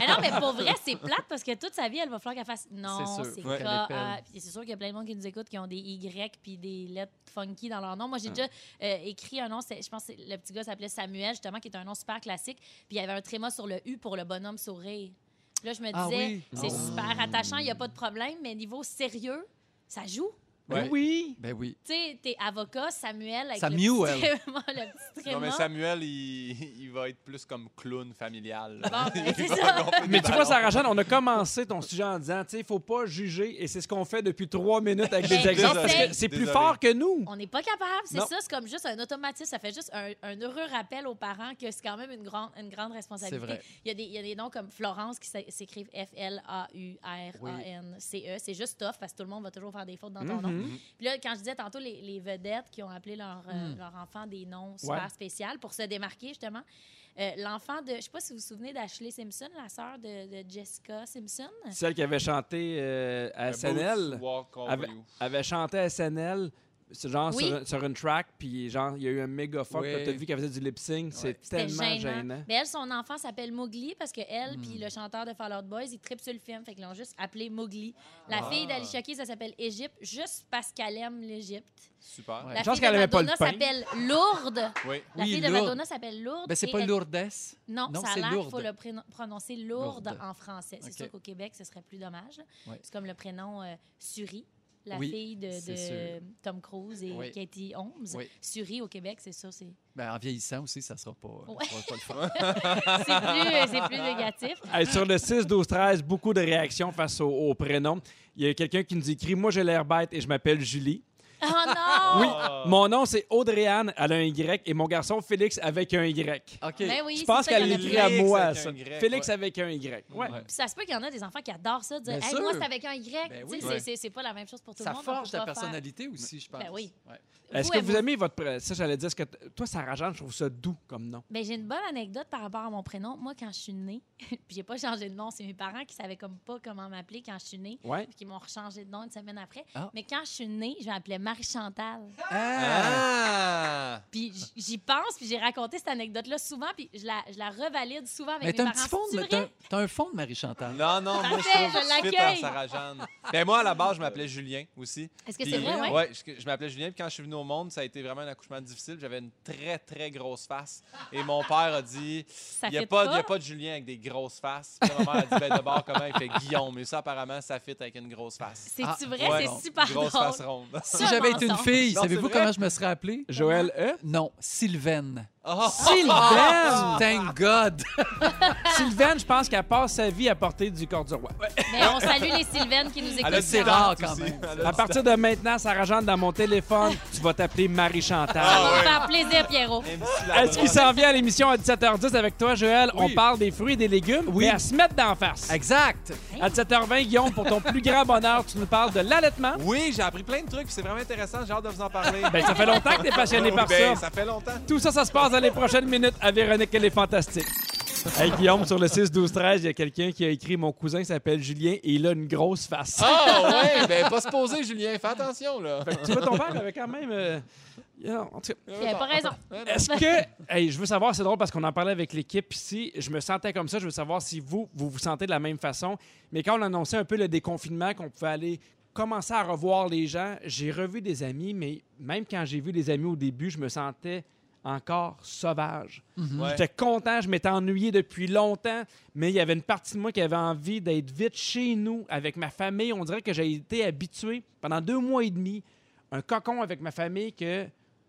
non, mais pour vrai, c'est plate parce que toute sa vie, elle va falloir qu'elle fasse non, C'est sûr. c'est Ouais. K, Qu'elle épelle. A. Puis c'est sûr qu'il y a plein de monde qui nous écoute qui ont des Y puis des lettres funky dans leur nom. Moi, j'ai déjà euh, écrit un nom, c'est- je pense que c'est- le petit gars s'appelait Samuel, justement, qui est un nom super classique. Puis il y avait un tréma sur le U pour le bonhomme sourire. Puis là, je me disais, Ah oui. c'est Ah. super attachant, il n'y a pas de problème, mais niveau sérieux, ça joue. Ben Ouais. Oui. Ben oui. Tu sais, t'es avocat, Samuel, avec Samuel. le petit tréma. le petit Non, mais tréma. Samuel, il, il va être plus comme clown familial. là. Bon, ben, Il c'est va ça. gonfler des Mais tu vois, ballons. Sarah Jeanne, on a commencé ton sujet en disant, tu sais, il faut pas juger, et c'est ce qu'on fait depuis trois minutes avec des Ben, exemples, parce désolé. que c'est plus Désolé. fort que nous. On n'est pas capable, c'est Mm. Non. ça. C'est comme juste un automatisme. Ça fait juste un, un heureux rappel aux parents que c'est quand même une grande, une grande responsabilité. C'est vrai. Il, y a des, il y a des noms comme Florence qui E. s'é- s'écrivent F-L-A-U-R-A-N-C-E. C'est juste tough parce que tout le monde va toujours faire des fautes dans ton nom. Puis là, quand je disais tantôt les, les vedettes qui ont appelé leur, euh, leur enfant des noms super Ouais. spéciaux pour se démarquer, justement, euh, l'enfant de, je sais pas si vous vous souvenez d'Ashley Simpson, la sœur de, de Jessica Simpson. Celle qui avait chanté euh, à SNL. Walk over avait, you. avait chanté à SNL, c'est genre Oui. sur, sur une track, puis genre, il y a eu un méga fuck. Oui. là, T'as vu qu'elle faisait du lip sync, c'est C'était tellement gênant. Mais elle, son enfant s'appelle Mowgli parce que elle Hmm. puis le chanteur de Fall Out Boys, ils trippent sur le film. Fait qu'ils l'ont juste appelé Mowgli. La Ah. fille d'Alicia Keys, elle s'appelle Égypte juste parce qu'elle aime l'Égypte. Super. Ouais. La Je pense fille qu'elle de aimait pas le Madonna pain. s'appelle Lourde. Oui. La Oui, fille de Lourdes. Madonna s'appelle Lourde. Ben, c'est et pas elle- Lourdes. Non, Non, ça a c'est l'air qu'il faut Lourdes. le préno- prononcer lourde, Lourdes. en français. C'est OK. sûr qu'au Québec, ce serait plus dommage. Ouais. C'est comme le prénom euh, Suri, la Oui, fille de, c'est de sûr. Tom Cruise et Oui. Katie Holmes. Oui. Suri au Québec, c'est sûr, c'est Ben, en vieillissant aussi, ça sera pas, Ouais. ça sera pas le fun. c'est plus, c'est plus négatif. Hey, sur le 6, 12, 13, beaucoup de réactions face au, au prénom. Il y a quelqu'un qui nous écrit Moi, j'ai l'air bête et je m'appelle Julie. Oh non! Oui, mon nom, c'est Audrey-Anne, elle a un Y, et mon garçon, Félix, avec un Y. OK. Ben oui, Je c'est pense ça qu'il qu'elle y en a l'écrit plein. à Félix moi, avec ça. un Y, Félix avec un Y. Ouais. Ouais. Puis ça se peut qu'il y en a des enfants qui adorent ça, dire Bien Hey, moi, sûr. c'est avec un Y. Ben Tu oui. sais, Ouais. c'est- c'est- C'est pas la même chose pour tout Ça le monde. on peut forge ta pas faire- personnalité aussi, je pense. Ben oui. Ouais. Est-ce que vous aimez- aimez votre. pré- Ça, j'allais dire, ce que t- toi, Sarah Jeanne, je trouve ça doux comme nom. Ben, j'ai une bonne anecdote par rapport à mon prénom. Moi, quand je suis née, puis j'ai pas changé de nom, c'est mes parents qui savaient comme pas comment m'appeler quand je suis née, Ouais. puis qui m'ont rechangé de nom une semaine après. Ah. Mais quand je suis née, je m'appelais Marie-Chantal. Ah! Puis j- j'y pense, puis j'ai raconté cette anecdote-là souvent, puis je la, je la revalide souvent avec Mais mes t'as parents. un petit fond C'est de, vrai? t'as, t'as un fond de Marie-Chantal. Non, non, moi, je Parfait, trouve je que je fit l'accueille. à Sarah-Jeanne. Ben, moi, à la base, je m'appelais Julien aussi. Est-ce que Puis- c'est vrai? Ouais. je, je m'appelais Julien. Puis quand je suis venu au monde, ça a été vraiment un accouchement difficile. J'avais une très, très grosse face. Et mon père a dit Ça il n'y a, fit pas- il y pas. a pas de Julien avec des grosses faces. Puis ma mère a dit ben, d'abord, comment il fait Guillaume. Mais ça, apparemment, ça fit avec une grosse face. C'est-tu Ah, vrai? Ouais, c'est non. super Grosse drôle. face ronde. Si j'avais été une mensonge. fille, Non, c'est savez-vous vrai. comment je me serais appelée? Joël E. Non, Sylvaine. Oh! Ah! Sylvaine! Thank God! Sylvaine, je pense qu'elle passe sa vie à porter du corps du roi. Mais on salue les Sylvaines qui nous Elle a écoutent. dit c'est tarte rare quand aussi. même. Elle a À dit partir de maintenant, Sarah Jeanne, dans mon téléphone, tu vas t'appeler Marie Chantal. Ça va me faire plaisir, Pierrot. tarte. MC Laval. Est-ce qu'il s'en vient à l'émission à 17h10 avec toi, Joël? On Oui. parle des fruits et des légumes, mais à se mettre d'en face. Exact! À 17h20, Guillaume, pour ton plus grand bonheur, tu nous parles de l'allaitement. Oui, j'ai appris plein de trucs. puis C'est vraiment intéressant. J'ai hâte de vous en parler. Ben, ça fait longtemps que t'es passionné par Ben, ça. ça fait longtemps. Tout ça, ça se passe dans les prochaines minutes à Véronique, elle est fantastique. Hey Guillaume, sur le 6-12-13, il y a quelqu'un qui a écrit Mon cousin s'appelle Julien et il a une grosse face. Ah ouais, ben pas se poser, Julien. Fais attention, là. Tu vois, ton père avait quand même. euh, il a- en tout cas, Il avait pas raison. Est-ce que. Hey, je veux savoir, c'est drôle parce qu'on en parlait avec l'équipe ici. Je me sentais comme ça. Je veux savoir si vous, vous vous sentez de la même façon. Mais quand on annonçait un peu le déconfinement, qu'on pouvait aller commencer à revoir les gens, j'ai revu des amis, mais même quand j'ai vu des amis au début, je me sentais encore sauvage. J'étais content, je m'étais ennuyé depuis longtemps, mais il y avait une partie de moi qui avait envie d'être vite chez nous avec ma famille. On dirait que j'ai été habitué pendant deux mois et demi, un cocon avec ma famille que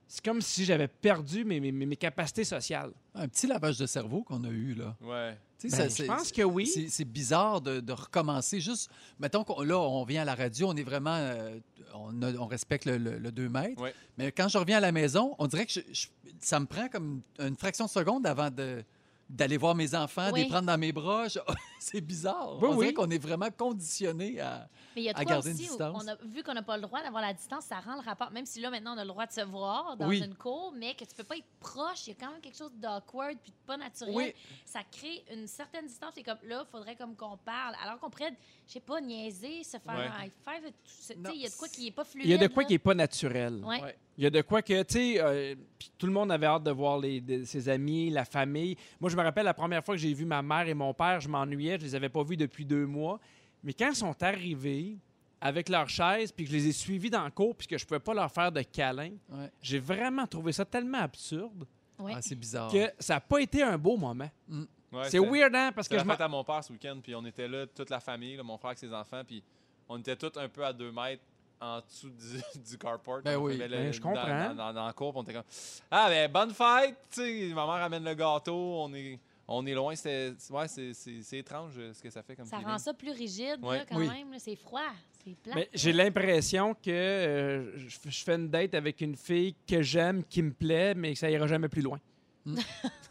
c'est comme si j'avais perdu mes, mes, mes capacités sociales. Un petit lavage de cerveau qu'on a eu, là. Ouais. Tu sais, Ben, ça, je c'est- pense que oui. C'est, c'est bizarre de, de recommencer. Juste, mettons qu'on là, on vient à la radio, on est vraiment. euh, on, a- on respecte le, le- le 2 mètres. Ouais. Mais quand je reviens à la maison, on dirait que je- je- ça me prend comme une fraction de seconde avant de, d'aller voir mes enfants, de Oui. les prendre dans mes bras. Je- c'est bizarre. Oui, on dirait oui. qu'on est vraiment conditionné à. Mais il y a de à quoi garder une aussi, où distance. on a, vu qu'on n'a pas le droit d'avoir la distance, ça rend le rapport, même si là, maintenant, on a le droit de se voir dans Oui. une cour, mais que tu peux pas être proche, il y a quand même quelque chose d'awkward puis de pas naturel. Oui. Ça crée une certaine distance. C'est comme, là, il faudrait comme qu'on parle, alors qu'on pourrait, je sais pas, niaiser, se faire Ouais. un high five, tout ça. Tu Non. sais, il y a de quoi qui est pas fluide. Il y a de quoi là. qui est pas naturel. Ouais. Ouais. Il y a de quoi que, tu sais, euh, puis tout le monde avait hâte de voir les, de- ses amis, la famille. Moi, je me rappelle la première fois que j'ai vu ma mère et mon père, je m'ennuyais, je les avais pas vus depuis deux mois. Mais quand ils sont arrivés avec leur chaise, puis que je les ai suivis dans le cours, puis que je pouvais pas leur faire de câlin, Ouais. j'ai vraiment trouvé ça tellement absurde Ouais. Ah, c'est bizarre. que ça n'a pas été un beau moment. Ouais, c'est c'était- weird, hein, parce C'était que la je m'en- fête à mon père ce week-end, puis on était là, toute la famille, là, mon frère avec ses enfants, puis on était tous un peu à deux mètres en dessous du, du carport. Ben On oui. avait le- Ben, je dans- comprends. Dans, dans- dans la cour, puis on était comme « Ah, ben, bonne fête! » Tu sais, ma mère amène le gâteau, on est, on est loin. C'était, ouais, c'est, c'est, c'est étrange euh, ce que ça fait comme Ça feeling. rend ça plus rigide, là, Ouais. quand Oui. même. là. C'est froid, c'est plat. Mais j'ai l'impression que euh, je je fais une date avec une fille que j'aime, qui me plaît, mais que ça ira jamais plus loin.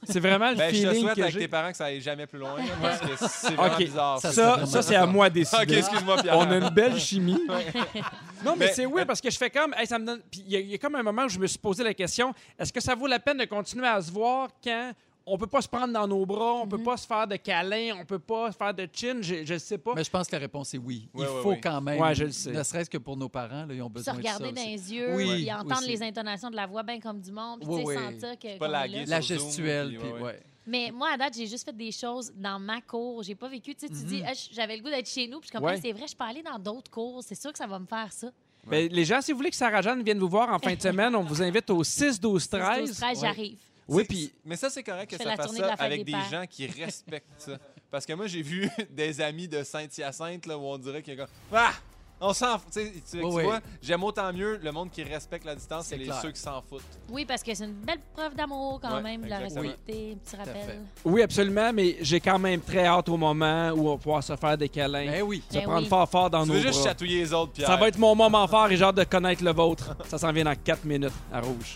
C'est vraiment le Ben, je te feeling souhaite que avec j'ai. tes parents que ça aille jamais plus loin, là, parce que c'est vraiment Ok. bizarre. Ça, Ça, ça. c'est vraiment ça, c'est à bizarre. moi de Ok, décider. excuse-moi, Pierre. On a une belle chimie. Non, mais, Mais- euh, c'est oui, parce que je fais comme. hey, ça me donne... Puis il y, a- il y a comme un moment où je me suis posé la question est-ce que ça vaut la peine de continuer à se voir quand on peut pas se prendre dans nos bras, on peut pas se faire de câlins, on peut pas se faire de chin Je je sais pas. Mais je pense que la réponse est oui. Ouais, Il ouais, faut ouais. quand même, Ouais, je le sais. ne serait-ce que pour nos parents, là, ils ont se besoin de ça. regarder dans aussi. les yeux, Oui, puis entendre aussi. les intonations de la voix bien comme du monde, puis Oui, tu sais, oui. sentir que. pas qu'on la est là. guise. La Sur Zoom, gestuelle, puis puis ouais, ouais. ouais. Mais moi, à date, j'ai juste fait des choses dans ma cour. J'ai pas vécu. Tu sais, tu dis, Mhm. Ah, j- j'avais le goût d'être chez nous, puis je suis comme, Ouais. Hey, c'est vrai, je peux aller dans d'autres cours. C'est sûr que ça va me faire ça. Ben, les gens, si vous voulez que Sarah Jeanne vienne vous voir en fin de semaine, on vous invite au 6 12 13. 12, 13, j'arrive. Oui, C'est- puis Mais ça, c'est correct que fais ça la fasse tournée de ça la fête avec des des pères. gens qui respectent ça. Parce que moi, j'ai vu des amis de Saint-Hyacinthe là, où on dirait qu'il y a comme Ah! On s'en fout. Tu sais, tu- tu Oui, oui. vois, j'aime autant mieux le monde qui respecte la distance C'est que les clair. ceux qui s'en foutent. Oui, parce que c'est une belle preuve d'amour quand Ouais, même, de la exactement. respecter. Un petit à fait. rappel. Oui, absolument, mais j'ai quand même très hâte au moment où on va pouvoir se faire des câlins, Ben oui. se Ben prendre oui. fort fort dans Tu nos veux juste bras. chatouiller les autres, Pierre. Ça va être mon moment fort et j'ai hâte de connaître le vôtre. Ça s'en vient dans 4 minutes à rouge.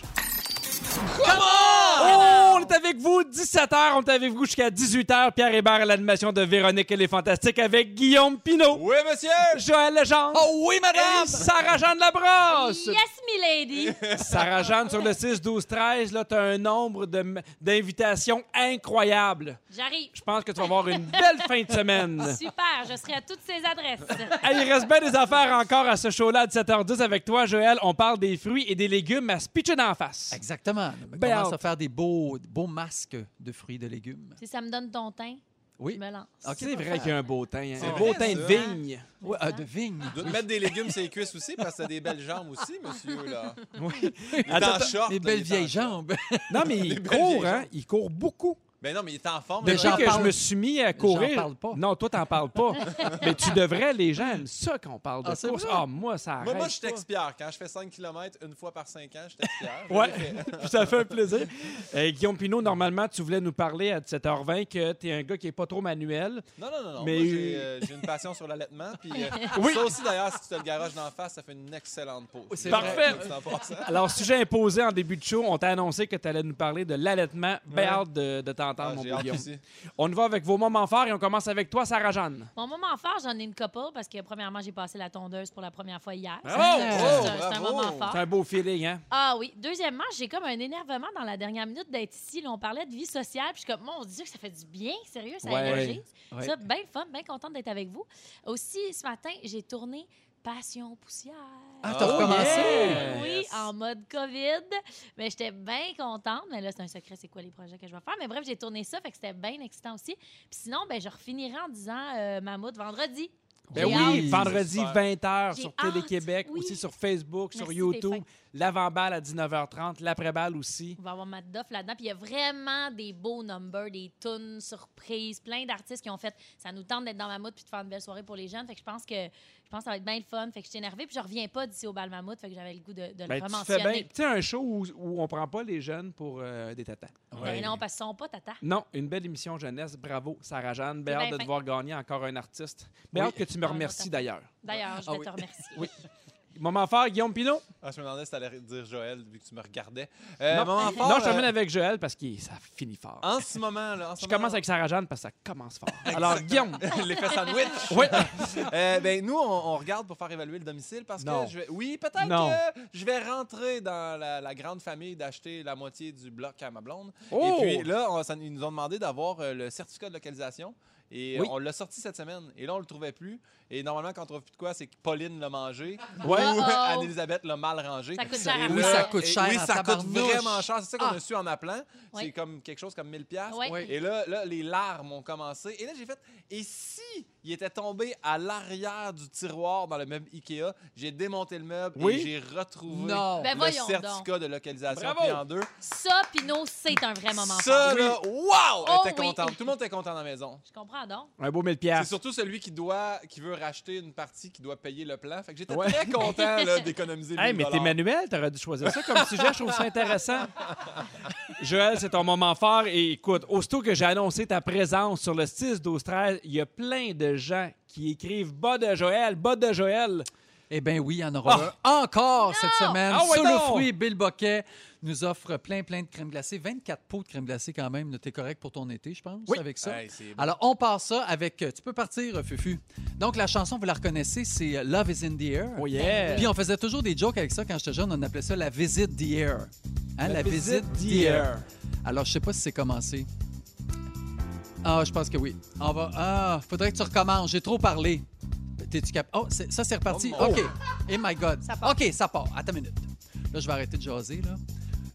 Oh, on est avec vous 17h, on est avec vous jusqu'à 18h. Pierre Hébert à l'animation de Véronique et les Fantastiques avec Guillaume Pinault, Oui, monsieur! Joël Legendre. Oh oui, Ah! et Sarah-Jeanne Labrosse! Yes, milady! Sarah-Jeanne, sur le 6, 12, 13, là, t'as un nombre de- d'invitations incroyables. J'arrive. Je pense que tu vas avoir une belle fin de semaine. Super, je serai à toutes ces adresses. Hey, il reste bien des affaires encore à ce show-là à 17h10 avec toi, Joël. On parle des fruits et des légumes à se pitcher d'en face. Exactement. On Ben commence out. à faire des beaux, beaux masques de fruits et de légumes. si ça me donne ton tein, je Oui. me lance. Ok. Ah, C'est vrai qu'il y a un beau teint. hein. C'est Un vrai, beau teint de ça. vigne. Ouais, ah, de vigne. Tu dois te mettre des légumes sur les cuisses aussi parce que t'as des belles jambes aussi, monsieur. Là. Oui. Il est en Attends, short. là, il Des est belles en vieilles short. jambes. non, mais il belles court, vieilles hein? Il court beaucoup. Ben non, mais il est en forme. là. Depuis j'en que je parle. me suis mis à courir. parle pas. Non, toi, t'en parles pas. mais tu devrais, les gens aiment ça quand on parle de Ah, c'est course. vrai? Ah, moi, ça Moi, arrête. moi, je texte Pierre. Quand je fais 5 km une fois par 5 ans, je texte Pierre. Je Ouais, l'ai fait. ça fait un plaisir. Euh, Guillaume Pinot, normalement, tu voulais nous parler à 17h20 que t'es un gars qui est pas trop manuel. Non, non, non, non. Mais- Moi, j'ai, euh, j'ai une passion sur l'allaitement. Puis, euh, Oui. Ça aussi, d'ailleurs, si tu te le garages d'en face, ça fait une excellente peau. c'est Parfait. C'est en passant. Alors, sujet imposé en début de show, on t'a annoncé que tu allais nous parler de l'allaitement. Ben Ouais. hâte de, de Ah, t'entendre, mon j'ai beau hâte Guillaume. aussi. On y va avec vos moments forts et on commence avec toi, Sarah-Jeanne. Mon moment fort, j'en ai une couple parce que, premièrement, j'ai passé la tondeuse pour la première fois Ah, hier. Bravo! Ça, Euh, c'est un- Oh, c'est un bravo! moment fort. C'est un beau feeling, hein? Ah oui. Deuxièmement, j'ai comme un énervement dans la dernière minute d'être ici. Là, on parlait de vie sociale. Puis je suis comme, mon Dieu, que ça fait du bien. Sérieux, ça Ouais. énergise. Ouais. Ça, bien le fun, bien contente d'être avec vous. Aussi, ce matin, j'ai tourné Passion Poussière. Ah, t'as Oh, recommencé. yeah! Oui, en mode COVID. Mais j'étais bien contente. Mais là, c'est un secret, c'est quoi les projets que je vais faire. Mais bref, j'ai tourné ça, fait que c'était bien excitant aussi. Puis sinon, ben, je refinirai en disant euh, Mammouth vendredi. Ben J'ai oui, hâte. vendredi J'espère. 20h J'ai sur hâte, Télé-Québec, oui. aussi sur Facebook, sur Merci, YouTube, t'es fin. l'avant-balle à 19h30, l'après-balle aussi. On va avoir Matt Duff là-dedans. Puis il y a vraiment des beaux numbers, des tunes, surprises, plein d'artistes qui ont fait. Ça nous tente d'être dans Mammouth puis de faire une belle soirée pour les jeunes. Fait que je pense que je pense que ça va être bien le fun. Fait que je suis énervée. Puis je reviens pas d'ici au bal Mammouth. Fait que j'avais le goût de, Ben, tu de le fais bien. rementionner. Tu sais, un show où, où on prend pas les jeunes pour euh, des tatas. Ben Ouais. non, parce qu'ils sont pas tata. Non, une belle émission jeunesse. Bravo, Sarah-Jeanne. Bien C'est hâte bien Ah, de fin. te voir gagner encore un artiste. Bien Oui. hâte que tu me On remercies va d'ailleurs. D'ailleurs, je Ah vais oui. te remercier. Oui. Moment fort, Guillaume Pinot. Ah, je me demandais si t'allais dire Joël, vu que tu me regardais. Euh, non, moment non, fort, je termine euh, Ah, avec Joël parce que ça finit fort. En ce moment, là. en ce Je moment, commence avec Sarah-Jeanne parce que ça commence fort. Alors, Guillaume. L'effet sandwich. Oui. Euh, ben, nous, on, on regarde pour faire évaluer le domicile parce Non. que je vais... Oui, peut-être Non. que je vais rentrer dans la, la grande famille d'acheter la moitié du bloc à ma blonde. Oh! Et puis là, on- ça- ils nous ont demandé d'avoir euh, le certificat de localisation. Et Oui. on l'a sorti cette semaine. Et là, on le trouvait plus. Et normalement, quand on trouve plus de quoi, c'est que Pauline l'a mangé Ouais. ou Uh-oh. Anne-Elisabeth l'a mal rangé. Oh! Ça coûte cher Et à Oui, là- ça coûte et- cher Oui, en ça coûte tabarnouche. vraiment cher. C'est ça qu'on Ah. a su en appelant. Ouais. C'est comme quelque chose comme 1000 pièces. Ouais. Oui. Et là, là, les larmes ont commencé. Et là, j'ai fait et si il était tombé à l'arrière du tiroir dans le meuble Ikea, j'ai démonté le meuble Oui. et j'ai retrouvé Non. Ben, le voyons certificat de localisation Bravo. pris en deux. Ça, Pino, c'est un vrai moment Ça, fort. là, wow! Elle Oh était oui. contente. Tout le monde était content dans la maison. Je comprends donc. Un beau 1000 C'est pièces. surtout celui qui doit, qui veut racheter une partie, qui doit payer le plan. Fait que j'étais Ouais. très content là, d'économiser. Hey, 1000 mais t'es manuel, t'aurais dû choisir ça comme sujet. Je trouve ça intéressant. Joël, c'est ton moment fort. Et écoute, aussitôt que j'ai annoncé ta présence sur le 6, 12, 13, il y a plein de gens qui écrivent Bas de Joël, bas de Joël. Eh bien oui, il y en aura un encore cette semaine. Ah ouais, Solo non! Fruits, Bill Boquet nous offre plein, plein de crème glacée. 24 pots de crème glacée quand même. T'es correct pour ton été, je pense, Oui. avec ça. Hey, c'est bon. Alors, on part ça avec... euh, Tu peux partir, euh, Fufu. Donc, la chanson, vous la reconnaissez, c'est euh, Love is in the air. Oh yeah! Puis on faisait toujours des jokes avec ça quand j'étais jeune. On appelait ça la visite the air. Hein, la, visite the air. Alors, je sais pas si c'est commencé. Ah, je pense que oui. On va. Ah, faudrait que tu recommences. J'ai trop parlé. T'es-tu cap. Oh, c'est- ça, c'est reparti. Oh, mon- OK. Eh my God. Ça part. OK, ça part. Attends une minute. Là, je vais arrêter de jaser, là.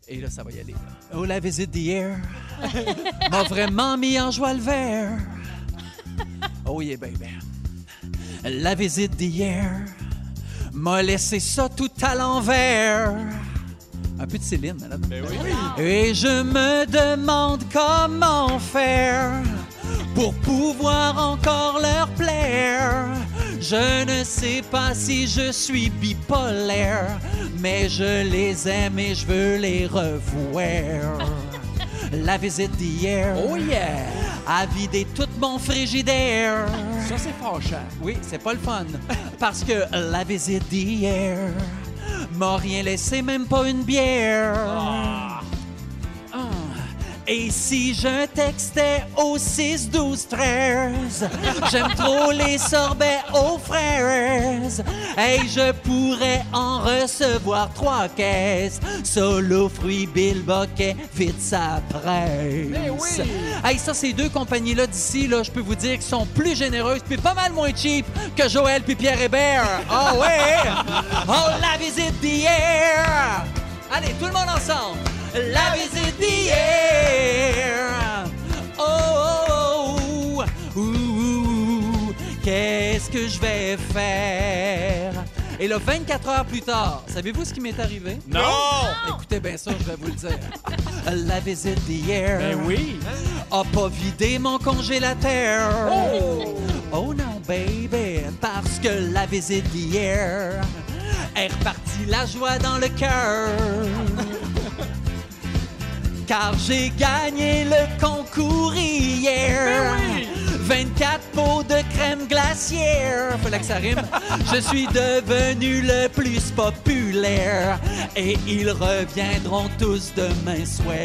Et là, ça va y aller. là. Oh, la visite d'hier m'a vraiment mis en joie le vert. Oh, yeah, baby. La visite d'hier m'a laissé ça tout à l'envers. Un peu de Céline, là. Ben oui. Et je me demande comment faire pour pouvoir encore leur plaire. Je ne sais pas si je suis bipolaire, mais je les aime et je veux les revoir. La visite d'hier Oh yeah! a vidé tout mon frigidaire. Ça, c'est fâchant. Oui, c'est pas le fun. Parce que la visite d'hier m'a rien laissé, même pas une bière. Ah. Et si je textais au 6, 12, 13, j'aime trop les sorbets aux fraises. Et je pourrais en recevoir trois caisses. Solo, fruits, Bill Boquet, vite ça presse. oui! Hey, ça, ces deux compagnies-là d'ici, là, je peux vous dire qu'ils sont plus généreuses puis pas mal moins cheap que Joël puis Pierre Hébert. Oh ouais! Oh, la visite d'hier! Allez, tout le monde ensemble! La visite d'hier! Oh, oh, oh, oh. Ouh, qu'est-ce que je vais faire? Et là, 24 heures plus tard, savez-vous ce qui m'est arrivé? Non! Écoutez bien ça, je vais vous le dire. La visite d'hier Ben oui! a pas vidé mon congélateur. Oh, non, baby, parce que la visite d'hier est repartie la joie dans le cœur. Car j'ai gagné le concours hier. 24 pots de crème glaciaire. Fallait que ça rime. Je suis devenu le plus populaire. Et ils reviendront tous demain soir.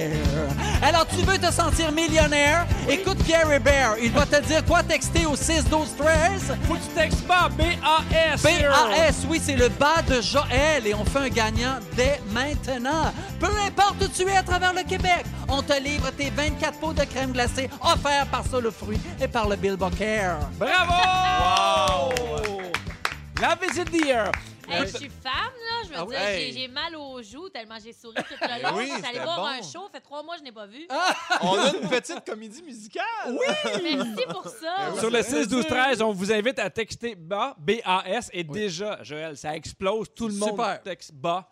Alors, tu veux te sentir millionnaire? Écoute Pierre Hébert. Il va te dire quoi texter au 6 12 13 Faut que tu textes pas B-A-S! BAS, oui, c'est le bas de Joël et on fait un gagnant dès maintenant. Peu importe où tu es à travers le Québec, on te livre tes 24 pots de crème glacée offerts par Solo Fruit et par le Bill Bocare. Bravo! La visite d'hier. Hey, je suis femme, là. Je veux Ah oui? dire, j'ai- Hey. j'ai mal aux joues tellement j'ai souri tout le long. oui, je suis allée c'était voir bon. un show, fait trois mois que je n'ai pas vu. On a une petite comédie musicale. Oui! Merci pour ça. oui. Sur le c'est vrai, 6, 12, 13, on vous invite à texter BA, B-A-S, et déjà, Joël, ça explose. Tout le monde Super. texte BA.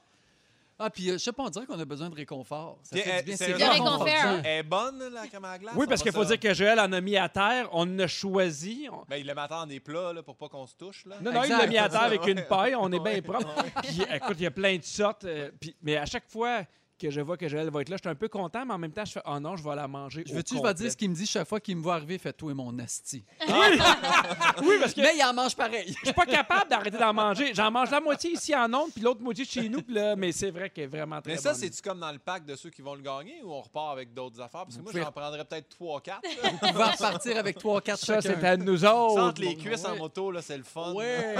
Ah, puis euh, je sais pas, on dirait qu'on a besoin de réconfort. Ça Bien, fait du eh, bien, c'est c'est un De réconfort. réconfortant. Elle est bonne, la crème à la glace? Oui, parce On qu'il va faut se- dire que Joël en a mis à terre, on en a choisi. on- Ben, il le met en des plats là, pour pas qu'on se touche. Là. Non, non, il Exact. l'a mis à terre avec Ouais. une paille, on est bien Ouais. propre. Puis écoute, il y a plein de sortes. euh, puis- mais à chaque fois que je vois que Joël va être là, je suis un peu content, mais en même temps, je fais Oh non, je vais la manger. Je au veux-tu, je vais te complet. dire ce qu'il me dit chaque fois qu'il me voit arriver, fait toi et mon asti. Oui, parce que Mais il en mange pareil. je suis pas capable d'arrêter d'en manger. J'en mange la moitié ici en onde, puis l'autre moitié chez nous. Puis là, mais c'est vrai qu'elle est vraiment très Mais ça, bonne. c'est-tu comme dans le pack de ceux qui vont le gagner ou on repart avec d'autres affaires? Parce que moi, pouvez- j'en prendrais peut-être 3-4. Il va repartir avec trois, quatre Ça, chacun. c'est à nous autres. Entre les cuisses en ouais. moto, là, c'est le fun. Ouais.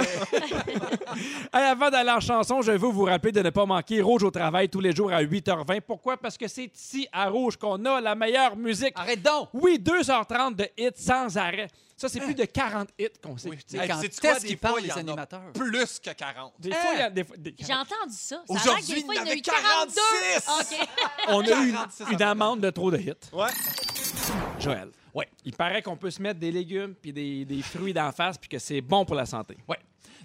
Hey, avant d'aller en chanson, je veux vous rappeler de ne pas manquer Rouge au travail tous les jours à 8h20. Pourquoi? Parce que c'est ici, à Rouge, qu'on a la meilleure musique. Arrête donc! Oui, 2h30 de hits sans arrêt. Ça, c'est plus de 40 hits Oui. consécutifs. Hey, Hey, quand sais-tu est-ce quoi, des qu'ils fois, parlent, il les y en a animateurs? Plus que 40. Des fois, il y a des fois- des- J'ai entendu ça. ça a l'air que Aujourd'hui, des fois, il y en a avait eu 42. 46. OK. on a eu 46, une, une amende de trop de hits. Ouais. Joël. Oui. Il paraît qu'on peut se mettre des légumes puis des, des fruits d'en face puis que c'est bon pour la santé. Ouais.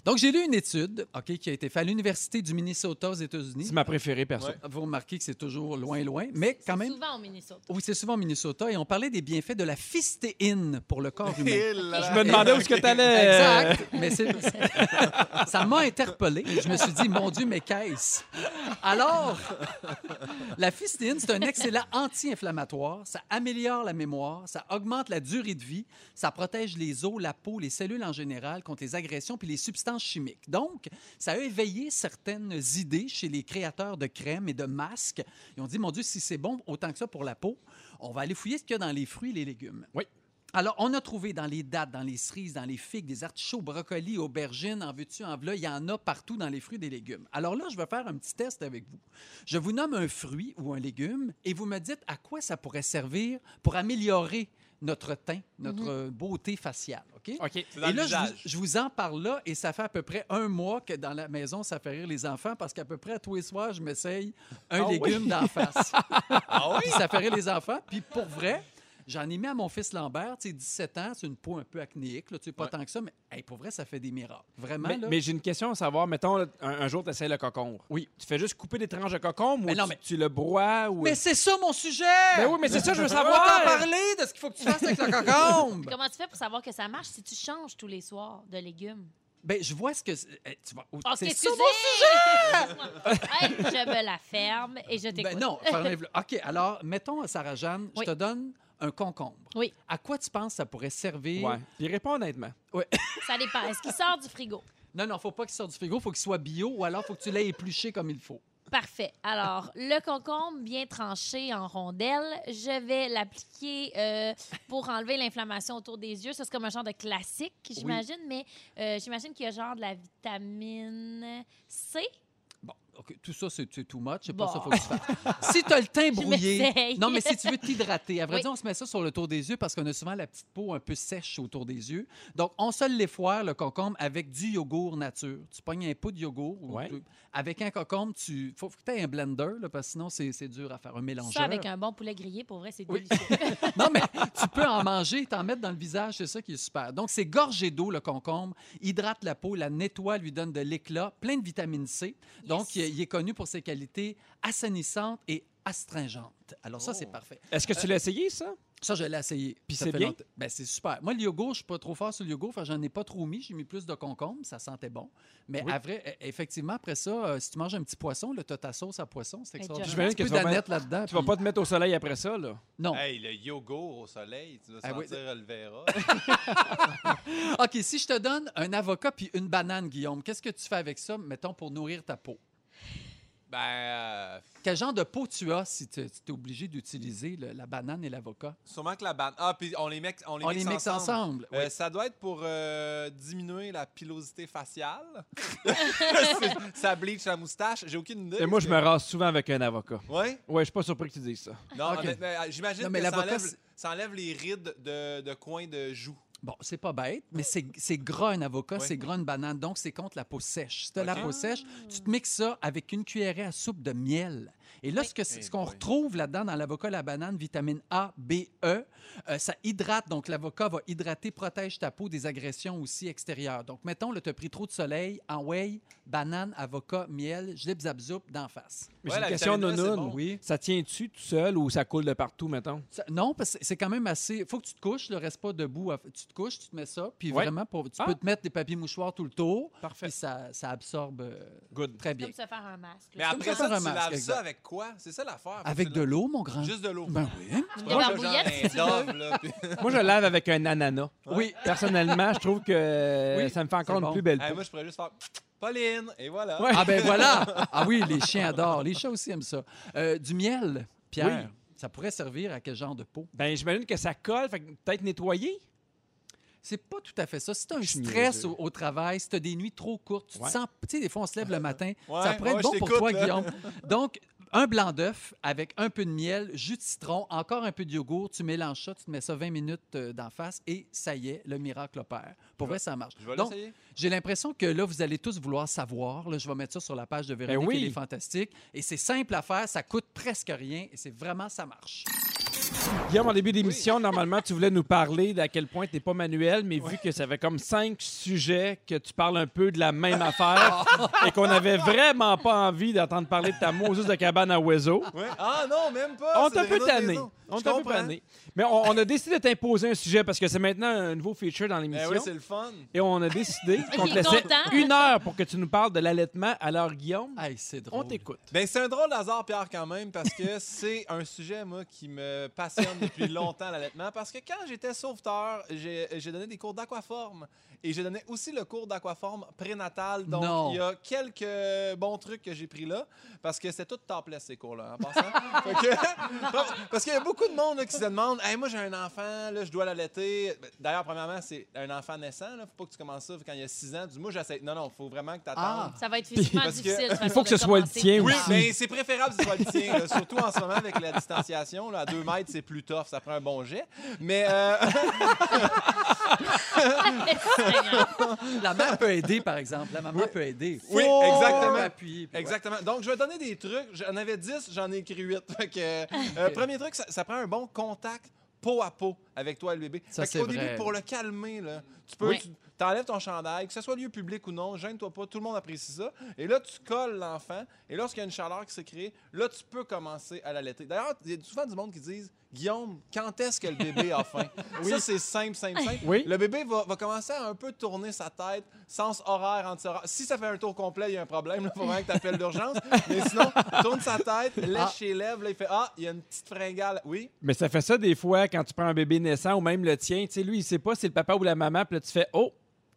Donc, j'ai lu une étude ok, qui a été faite à l'Université du Minnesota aux États-Unis. C'est ma préférée, perso. Ouais. Vous remarquez que c'est toujours loin, loin, mais quand même. Souvent au Minnesota. Oui, c'est souvent au Minnesota. Et on parlait des bienfaits de la fistéine pour le corps humain. Je me demandais où est-ce que t'allais. Exact. Mais c'est- c'est- ça m'a interpellé. Je me suis dit, mon Dieu, mais qu'est-ce? Alors, la fistéine, c'est un excellent anti-inflammatoire. Ça améliore la mémoire, ça augmente la durée de vie, ça protège les os, la peau, les cellules en général contre les agressions puis les substances chimiques. Donc, ça a éveillé certaines idées chez les créateurs de crèmes et de masques. Ils ont dit, mon Dieu, si c'est bon, autant que ça pour la peau, on va aller fouiller ce qu'il y a dans les fruits et les légumes. Oui. Alors, on a trouvé dans les dattes, dans les cerises, dans les figues, des artichauts, brocolis, aubergines, en veux-tu, en v'là, il y en a partout dans les fruits et les légumes. Alors là, je vais faire un petit test avec vous. Je vous nomme un fruit ou un légume et vous me dites à quoi ça pourrait servir pour améliorer notre teint, notre euh, beauté faciale, OK? OK. C'est dans et là, je l'usage. vous, je vous en parle là, et ça fait à peu près un mois que dans la maison, ça fait rire les enfants, parce qu'à peu près à tous les soirs, je m'essaye un Ah oui? légume d'en face. Ah oui? Puis ça fait rire les enfants. Puis pour vrai, j'en ai mis à mon fils Lambert, tu sais, 17 ans, c'est une peau un peu acnéique, là, tu sais, pas Ouais. tant que ça, mais hey, pour vrai, ça fait des miracles. Vraiment, Mais, là. mais j'ai une question à savoir. Mettons, là, un, un jour, tu essaies le cocombre. Oui. Tu fais juste couper des tranches de cocombre Mais ou non, tu, mais- tu le broies ou. euh, Mais c'est ça mon sujet! Ben oui, mais c'est ça, je veux On va savoir. t'en parler de ce qu'il faut que tu fasses avec le cocombe! Comment tu fais pour savoir que ça marche si tu changes tous les soirs de légumes? Oh, Ben, je vois ce que. c'est- eh, tu vas- Ok, c'est ça excusez! mon Hey, je me la ferme et je t'écoute. Ben non, parlez-le. OK, alors, mettons, Sarah-Jeanne, Oui. je te donne un concombre. Oui. À quoi tu penses que ça pourrait servir? Ouais. Puis réponds honnêtement. Ça dépend. Est-ce qu'il sort du frigo? Non, non, faut pas qu'il sorte du frigo, faut qu'il soit bio ou alors faut que tu l'aies épluché comme il faut. Parfait. Alors, le concombre bien tranché en rondelles, je vais l'appliquer euh, pour enlever l'inflammation autour des yeux. Ça, c'est comme un genre de classique, j'imagine, mais euh, j'imagine qu'il y a genre de la vitamine C. Bon, OK, tout ça, c'est c'est too much. C'est Bon. pas ça faut que tu fasses. si tu as le teint brouillé... m'essaye. Non, mais si tu veux t'hydrater, à vrai Oui. dire, on se met ça sur le tour des yeux parce qu'on a souvent la petite peau un peu sèche autour des yeux. Donc, on se l'effoire, le concombre, avec du yogourt nature. Tu pognes un pot de yogourt. ou Ouais. tu- Avec un concombre, tu... Faut faut que tu aies un blender, là, parce que sinon, c'est c'est dur à faire, un mélangeur. Ça, avec un bon poulet grillé, pour vrai, c'est Oui. délicieux. Non, mais tu peux en manger, t'en mettre dans le visage, c'est ça qui est super. Donc, c'est gorgé d'eau, le concombre, hydrate la peau, la nettoie, lui donne de l'éclat, plein de vitamine C. Donc, il est, il est connu pour ses qualités assainnissantes et astringentes. Alors, ça, c'est parfait. Est-ce que tu l'as essayé, ça? Ça, je l'ai essayé. Oh. Puis Ça c'est fait bien? longtemps. Ben, c'est super. Moi, le yogourt, je suis pas trop fort sur le yogourt, fait que j'en ai pas trop mis. J'ai mis plus de concombre, ça sentait bon. Mais Oui. à vrai, e- effectivement, après ça, euh, si tu manges un petit poisson, là, t'as ta sauce à poisson, c'est Hey, John. extraordinaire. J'imagine Un petit que peu tu vas d'aneth mettre- là-dedans. Tu vas puis- pas te mettre au soleil après ça, là. Non. Hey, le yogourt au soleil, tu dois Ah oui. sentir le verra. OK, si je te donne un avocat puis une banane, Guillaume, qu'est-ce que tu fais avec ça, mettons, pour nourrir ta peau? ben, euh, Quel genre de peau tu as si tu es obligé d'utiliser le- la banane et l'avocat? sûrement que la banane. Ah, puis on les mixe, on les On les mixe ensemble. Euh, oui. ça doit être pour euh, diminuer la pilosité faciale. C'est- ça bleach la moustache. J'ai aucune idée. Et moi, je me rase souvent avec un avocat. Oui? Ouais, je suis pas surpris que tu dises ça. Non, Ok. honnêtement, euh, j'imagine Non, mais que ça l'avocat, enlève, c'est- ça enlève les rides de, de coin de joue. Bon, c'est pas bête, mais c'est c'est gras un avocat, Oui. c'est gras une banane, donc c'est contre la peau sèche. Si tu la OK. peau sèche, tu te mixes ça avec une cuillerée à soupe de miel. Et là, ce que- Eh ce qu'on boy. retrouve là-dedans dans l'avocat, la banane, vitamine A, B, E, euh, ça hydrate. Donc, l'avocat va hydrater, protège ta peau des agressions aussi extérieures. Donc, mettons, tu as pris trop de soleil, en whey, banane, avocat, miel, zip, zap, zoup, d'en face. Mais Ouais, j'ai la une question vitamine E, c'est non bon. Oui. Ça tient-tu tout seul ou ça coule de partout, mettons? Ça- non, parce que c'est quand même assez. faut que tu te couches, le reste pas debout. à- Tu te couches, tu te mets ça, puis Ouais. vraiment, pour, tu Ah. peux te mettre des papiers mouchoirs tout le tour. Parfait. Puis ça, ça absorbe euh, Good. très bien. Comme se faire un masque. Mais là. après ça ça, faire un tu masque, laves exact. ça avec quoi? C'est ça l'affaire. Faut que Avec tu de laves- l'eau, mon grand? Juste de l'eau. Ben oui. Une Moi, j'ai genre barbouillette, si un tu veux. Dove, là, puis- Moi, je lave avec un ananas. Oui. Personnellement, je trouve que Oui, ça me fait encore c'est une bon. plus belle peau. Hey, moi, je pourrais juste faire Pauline, et voilà. Ouais. Ah ben voilà! Ah oui, les chiens adorent. Les chats aussi aiment ça. Euh, du miel, Pierre, ça pourrait servir à quel genre de peau? Ben, j'imagine que ça colle, fait que peut-être nettoyer. C'est pas tout à fait ça. Si t'as un Je suis stress niaiseux. au, au travail, si t'as des nuits trop courtes, tu Ouais. te sens... Tu sais, des fois, on se lève le matin. Euh, Ouais, ça pourrait ouais, être bon je pour t'écoute, toi, là. Guillaume. Donc, un blanc d'œuf avec un peu de miel, jus de citron, encore un peu de yogourt, tu mélanges ça, tu te mets ça 20 minutes euh, d'en face et ça y est, le miracle opère. Pour vrai, ça marche. Je vais Donc, l'essayer. J'ai l'impression que là, vous allez tous vouloir savoir. Là, je vais mettre ça sur la page de Véronique Ben oui. et les Fantastiques. Et c'est simple à faire, ça coûte presque rien et c'est vraiment, ça marche. Guillaume, en début d'émission, normalement, tu voulais nous parler d'à quel point tu n'es pas manuel, mais vu que ça fait comme cinq sujets que tu parles un peu de la même affaire et qu'on avait vraiment pas envie d'entendre parler de ta Moses de cabane à oiseaux, Ouais. Ah non, même pas. on c'est t'a un des peu Renault de tanné. maison. on Je t'a un peu comprends. banné. Mais on, on a décidé de t'imposer un sujet parce que c'est maintenant un nouveau feature dans Ben l'émission. oui, c'est le fun. et on a décidé qu'on te est laissait content. une heure pour que tu nous parles de l'allaitement. Alors, Guillaume, Hey, c'est drôle. on t'écoute. Ben, c'est un drôle d'hasard, Pierre, quand même, parce que c'est un sujet, moi, qui me passionne depuis longtemps, l'allaitement. Parce que quand j'étais sauveteur, j'ai j'ai donné des cours d'aquaforme. Et j'ai donné aussi le cours d'aquaforme prénatal. Donc, Non. il y a quelques bons trucs que j'ai pris là, parce que c'est tout topless, ces cours-là, en passant. Fait que- parce qu'il y a beaucoup de monde là, qui se demande hey, moi, j'ai un enfant, là, je dois l'allaiter. Ben, D'ailleurs, premièrement, c'est un enfant naissant. Là, faut pas que tu commences ça quand il y a 6 ans. Du moins, j'essaie. Non, non, faut vraiment que tu Ah. Ça va être physiquement Parce que- difficile. Il faut que ce soit le tien oui, aussi. mais c'est préférable que ce soit le tien, là. surtout en ce moment avec la distanciation. Là, à 2 mètres, c'est plus tough, ça prend un bon jet. Mais euh, La mère peut aider, par exemple. La maman peut aider. Oui, Faut exactement. appuyer, puis exactement. Donc, je vais donner des trucs. J'en avais 10, j'en ai écrit 8. euh, premier truc, ça, ça prend un bon contact peau à peau avec toi et le bébé. Ça, Fait qu'au c'est début, vrai. pour le calmer, là, tu peux, Oui. tu t'enlèves ton chandail, que ce soit lieu public ou non, gêne-toi pas, tout le monde apprécie ça. Et là, tu colles l'enfant. Et lorsqu'il y a une chaleur qui s'est créée, là, tu peux commencer à l'allaiter. D'ailleurs, il y a souvent du monde qui disent Guillaume, quand est-ce que le bébé a faim Ça, c'est simple, simple, simple. Oui. Le bébé va, va commencer à un peu tourner sa tête, sens horaire, anti-horaire. Si ça fait un tour complet, il y a un problème, il faut vraiment que tu appelles d'urgence. Mais sinon, tourne sa tête, lèche ses lèvres, là, il fait Ah, il y a une petite fringale. Oui. Mais ça fait ça des fois quand tu prends un bébé naissant ou même le tien. Tu sais, lui, il sait pas si c'est le papa ou la maman. Puis là, tu fais Oh,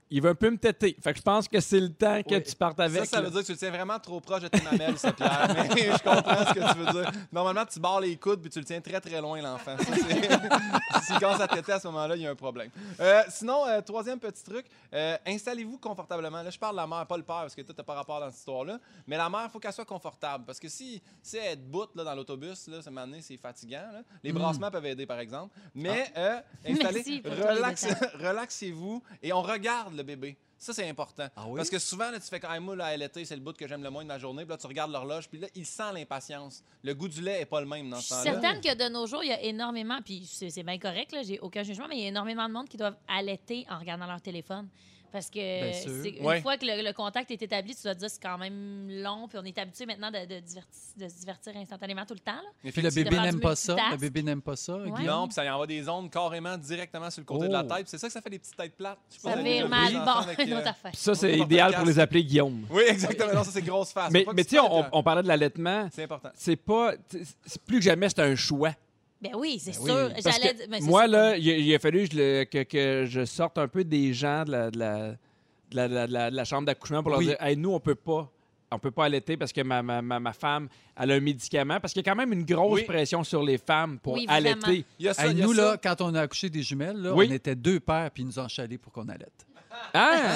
il veut un peu me têter. Fait que je pense que c'est le temps que Oui. tu partes avec. ça, ça là. veut dire que tu le tiens vraiment trop proche de tes mamelles, ça, Pierre. Mais je comprends ce que tu veux dire. Normalement, tu barres les coudes puis tu le tiens très, très loin, l'enfant. Ça, c'est- si quand ça t'était à ce moment-là, il y a un problème. Euh, sinon, euh, troisième petit truc, euh, installez-vous confortablement. Là, je parle de la mère, pas le père, parce que toi, t'as pas rapport dans cette histoire-là. Mais la mère, il faut qu'elle soit confortable. Parce que si, si elle te boot là, dans l'autobus, là, ça m'a amené, c'est fatigant. là. Les brassements peuvent aider, par exemple. Mais euh, installez, Merci pour tous les relax, détails. relaxez-vous et on regarde le bébé. Ça, c'est important. Ah oui? Parce que souvent, là, tu fais quand même, moi, la LT, c'est le bout que j'aime le moins de ma journée. Puis là, tu regardes l'horloge, puis là, il sent l'impatience. Le goût du lait est pas le même dans Je ce suis temps-là. certaine que de nos jours, il y a énormément, puis c'est c'est bien correct, là, j'ai aucun jugement, mais il y a énormément de monde qui doivent allaiter en regardant leur téléphone. Parce que Bien sûr. c'est- une Ouais. fois que le, le contact est établi, tu dois te dire c'est quand même long, puis on est habitué maintenant de, de diverti- de se divertir instantanément tout le temps. là. Puis le bébé faire du n'aime pas ça. Le multitask. bébé n'aime pas ça. Ouais. Guillaume. Non, puis ça y envoie des ondes carrément directement sur le côté de la Oh. tête. Puis C'est ça que ça fait des petites têtes plates. Je sais pas Ça si vous avez vire déjà mal. vu des enfants avec, Bon, une euh, autre affaire. Puis ça, On c'est est pas idéal podcast. pour les appeler Guillaume. Oui, exactement. Non, ça, c'est grosse face. Mais, Faut pas que mais tu tu sais, on, parles, on parlait de l'allaitement. C'est important. C'est pas. c'est- Plus que jamais, c'est un choix. Ben oui, c'est Ben sûr. oui, Parce J'allais que dire- mais c'est moi, sûr. là, il a, il a fallu que je le- que, que je sorte un peu des gens de la, de la, de la- de la- de la- de la chambre d'accouchement pour leur Oui. dire Hey, nous, on peut pas. On peut pas allaiter parce que ma, ma, ma, ma femme, elle a un médicament. Parce qu'il y a quand même une grosse Oui. pression sur les femmes pour Oui, évidemment. allaiter. Il y a ça. Hey, il y a nous, ça. là, quand on a accouché des jumelles, là, Oui. on était deux pères, puis ils nous ont chalés pour qu'on allaite. Ah!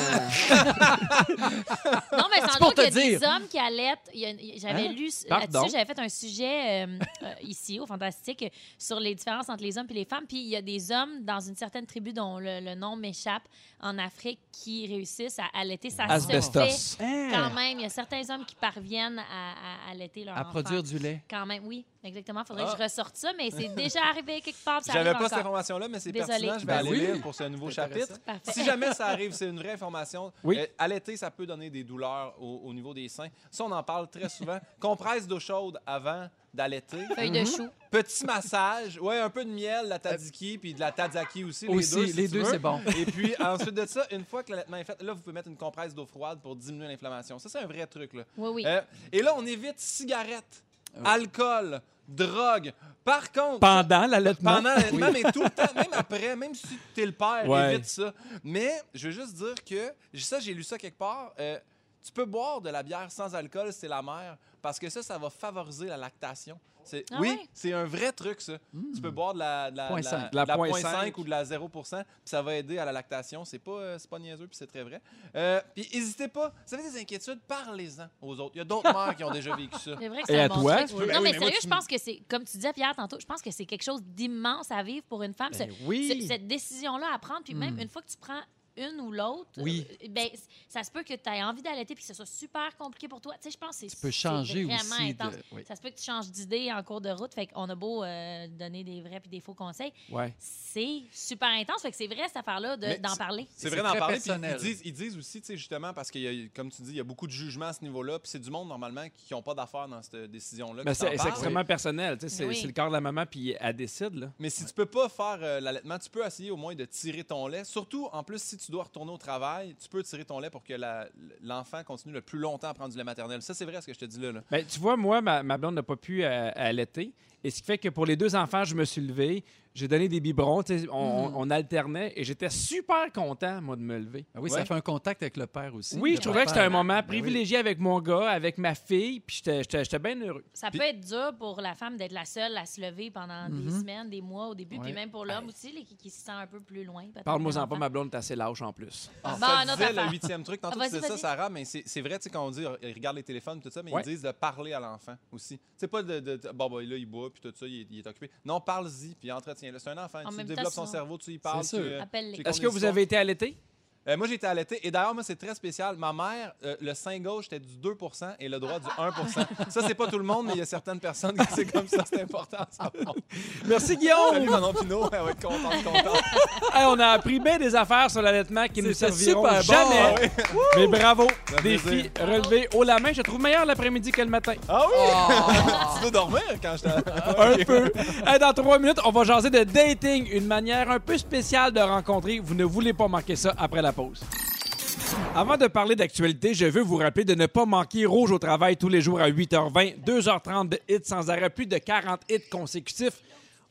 Non, mais sans pour doute, il y a te des dire. hommes qui allaitent. Il y a- il y a- J'avais Hein? lu Pardon? là-dessus, j'avais fait un sujet euh, euh, ici, au Fantastique, euh, sur les différences entre les hommes et les femmes. Puis il y a des hommes dans une certaine tribu dont le, le nom m'échappe en Afrique qui réussissent à allaiter. Ça se Ah, fait Asbestos. quand même. Il y a certains hommes qui parviennent à, à allaiter leur À enfant. produire du lait. Quand même, oui, exactement. Faudrait Ah. que je ressorte ça, mais c'est déjà arrivé quelque part. puis Ça J'avais arrive pas cette encore. information-là, mais c'est Désolée. pertinent. Je vais Ben aller oui. lire pour ce nouveau C'est chapitre. Parfait. Si jamais ça arrive, c'est une vraie information. Oui. Euh, allaiter, ça peut donner des douleurs au, au niveau des seins. Ça, on en parle très souvent. Compresse d'eau chaude avant d'allaiter. Feuille Mm-hmm. de chou. Petit massage, ouais, un peu de miel, la tzatziki puis de la tzatzaki aussi. Aussi, les deux, si les tu deux, veux. c'est bon. Et puis ensuite de ça, une fois que l'allaitement est fait, là, vous pouvez mettre une compresse d'eau froide pour diminuer l'inflammation. Ça, c'est un vrai truc. Là. Oui, oui. Euh, et là, on évite cigarettes, Ah alcool, drogue. Par contre, Pendant l'allaitement. pendant l'allaitement, mais tout le temps, même après, même si t'es le père, Ouais. évite ça. Mais je veux juste dire que, j- ça, j'ai lu ça quelque part, euh, tu peux boire de la bière sans alcool, c'est la mère, parce que ça, ça va favoriser la lactation. C'est- Ah oui, ouais? c'est un vrai truc, ça. Tu peux boire de la, de la, Point de la- cinq. de la De la point point cinq cinq. ou de la 0 puis ça va aider à la lactation. C'est pas, euh, c'est pas niaiseux, puis c'est très vrai. Euh, puis n'hésitez pas, si vous avez des inquiétudes, parlez-en aux autres. Il y a d'autres mères qui ont déjà vécu ça. C'est vrai que Et c'est un à bon toi? truc. Ben non, oui, mais mais moi, sérieux, je tu me- pense que c'est, comme tu disais, Pierre, tantôt, je pense que c'est quelque chose d'immense à vivre pour une femme. ce- Ben oui. ce- cette décision-là à prendre, puis même une fois que tu prends une ou l'autre, Hmm. Oui. euh, ben, c- ça se peut que tu aies envie d'allaiter puis que ce soit super compliqué pour toi. Tu sais, je pense que c'est Tu peux changer c'est aussi. vraiment de- intense. oui. Ça se peut que tu changes d'idée en cours de route. Fait qu'on a beau euh, donner des vrais puis des faux conseils. Ouais. C'est super intense. Fait que c'est vrai, cette affaire-là, de- Mais d'en c'est- parler. C'est C'est vrai d'en très parler. puis personnel. Ils disent, ils disent aussi, tu sais, justement, parce que, comme tu dis, il y a beaucoup de jugements à ce niveau-là. Puis c'est du monde, normalement, qui n'ont pas d'affaires dans cette décision-là. Mais qui t'en c'est c'est parle. extrêmement personnel. tu sais, C'est Ah, bah Oui. c'est le corps de la maman, puis elle décide. Là. Mais si tu peux pas faire euh, l'allaitement, tu peux essayer au moins de tirer ton lait. Surtout, en plus, si tu dois retourner au travail, tu peux tirer ton lait pour que la- l'enfant continue le plus longtemps à prendre du lait maternel. Ça, c'est vrai ce que je te dis là. là. Ben, tu vois, moi, ma, ma blonde n'a pas pu euh, allaiter. Et ce qui fait que pour les deux enfants, je me suis levé, j'ai donné des biberons, tu sais, on, Mm. on- on alternait, et j'étais super content, moi, de me lever. Ah oui, Ouais. ça fait un contact avec le père aussi. Oui, le je trouvais que c'était père. un moment Ben oui. privilégié avec mon gars, avec ma fille, puis j'étais- j'étais j'étais bien heureux. Ça peut être dur pour la femme d'être la seule à se lever pendant des Mhm. semaines, des mois au début, puis Ouais. même pour l'homme aussi, les- qui, qui se sent un peu plus loin. peut-être, Parle-moi-en l'enfant. pas, ma blonde est assez lâche en plus. Ah, ça bah, notre disait le affaire. huitième truc. Tantôt, Ah, tu vas-y, disais ça, vas-y. Sarah, mais c'est c'est vrai, tu sais, quand on dit euh, regarde les téléphones, tout ça, mais Ouais. ils disent de parler à l'enfant aussi. C'est pas de, de- de- Bon, bah, là, il boit, puis tout ça, il, est- il est occupé. Non, parle-y, puis entretiens-le. C'est un enfant. En tu même temps, développes son sinon- cerveau, tu y parles. C'est tu, sûr. euh, Appelle-les. tu y Est-ce comptes Est-ce des que vous histoires. avez été allaité? Euh, moi, j'ai été allaité. Et d'ailleurs, moi, c'est très spécial. Ma mère, euh, le sein gauche, était du 2 et le droit du 1 Ça, c'est pas tout le monde, mais il y a certaines personnes qui c'est comme ça. C'est important à savoir. Merci, Salut, Guillaume! Manon Pinot. Elle va être contente, contente. Hey, on a appris bien des affaires sur l'allaitement qui nous C'était serviront super bon. jamais. Ah Mais bravo, Ça fait défi plaisir. relevé haut la main. Je trouve meilleur l'après-midi que le matin. Ah oui! tu veux dormir quand je Ah t'en- Un peu. Hey, dans trois minutes, on va jaser de dating, une manière un peu spéciale de rencontrer. Vous ne voulez pas manquer ça après la pause. Avant de parler d'actualité, je veux vous rappeler de ne pas manquer Rouge au travail tous les jours à 8h20, 2h30 de hits sans arrêt, plus de 40 hits consécutifs.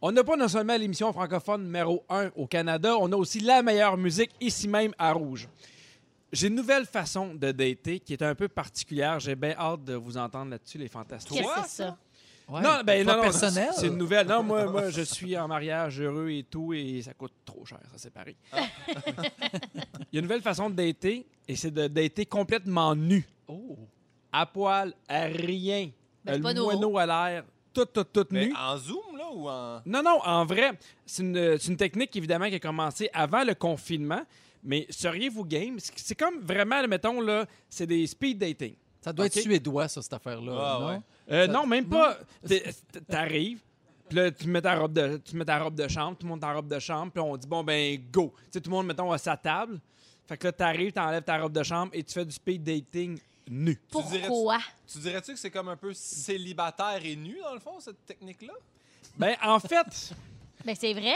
On n'a pas non seulement l'émission francophone numéro 1 au Canada, on a aussi la meilleure musique ici même à Rouge. J'ai une nouvelle façon de dater qui est un peu particulière. J'ai bien hâte de vous entendre là-dessus, les fantastiques. que Toi, c'est ça? Ouais, Non, ben pas non, non, personnel. C'est une nouvelle. Non, moi, moi, je suis en mariage heureux et tout, et ça coûte trop cher, ça, c'est pareil. Ah. Il y a une nouvelle façon de dater, et c'est de dater complètement nu. Oh. À poil, à rien. Ben, c'est pas le nouveau. moineau à l'air, tout, tout, tout Mais nu. en zoom, là, ou en. Non, non, en vrai, c'est une, c'est une technique, évidemment, qui a commencé avant le confinement, mais seriez-vous game? C'est c'est comme vraiment, mettons, là, c'est des speed dating. Ça doit Ok. être suédois, ça, cette affaire-là. Ah, non? ouais. Euh, Ça- non, même pas. T'es- t- T'arrives, puis là, tu mets, ta robe de, tu mets ta robe de chambre, tout le monde est en robe de chambre, puis on dit, bon, ben, go. Tu sais, tout le monde, mettons, à sa table. Fait que là, t'arrives, t'enlèves ta robe de chambre et tu fais du speed dating nu. dirais- Pourquoi? Tu dirais-tu que c'est comme un peu célibataire et nu, dans le fond, cette technique-là? Ben, en fait, Ben, c'est vrai.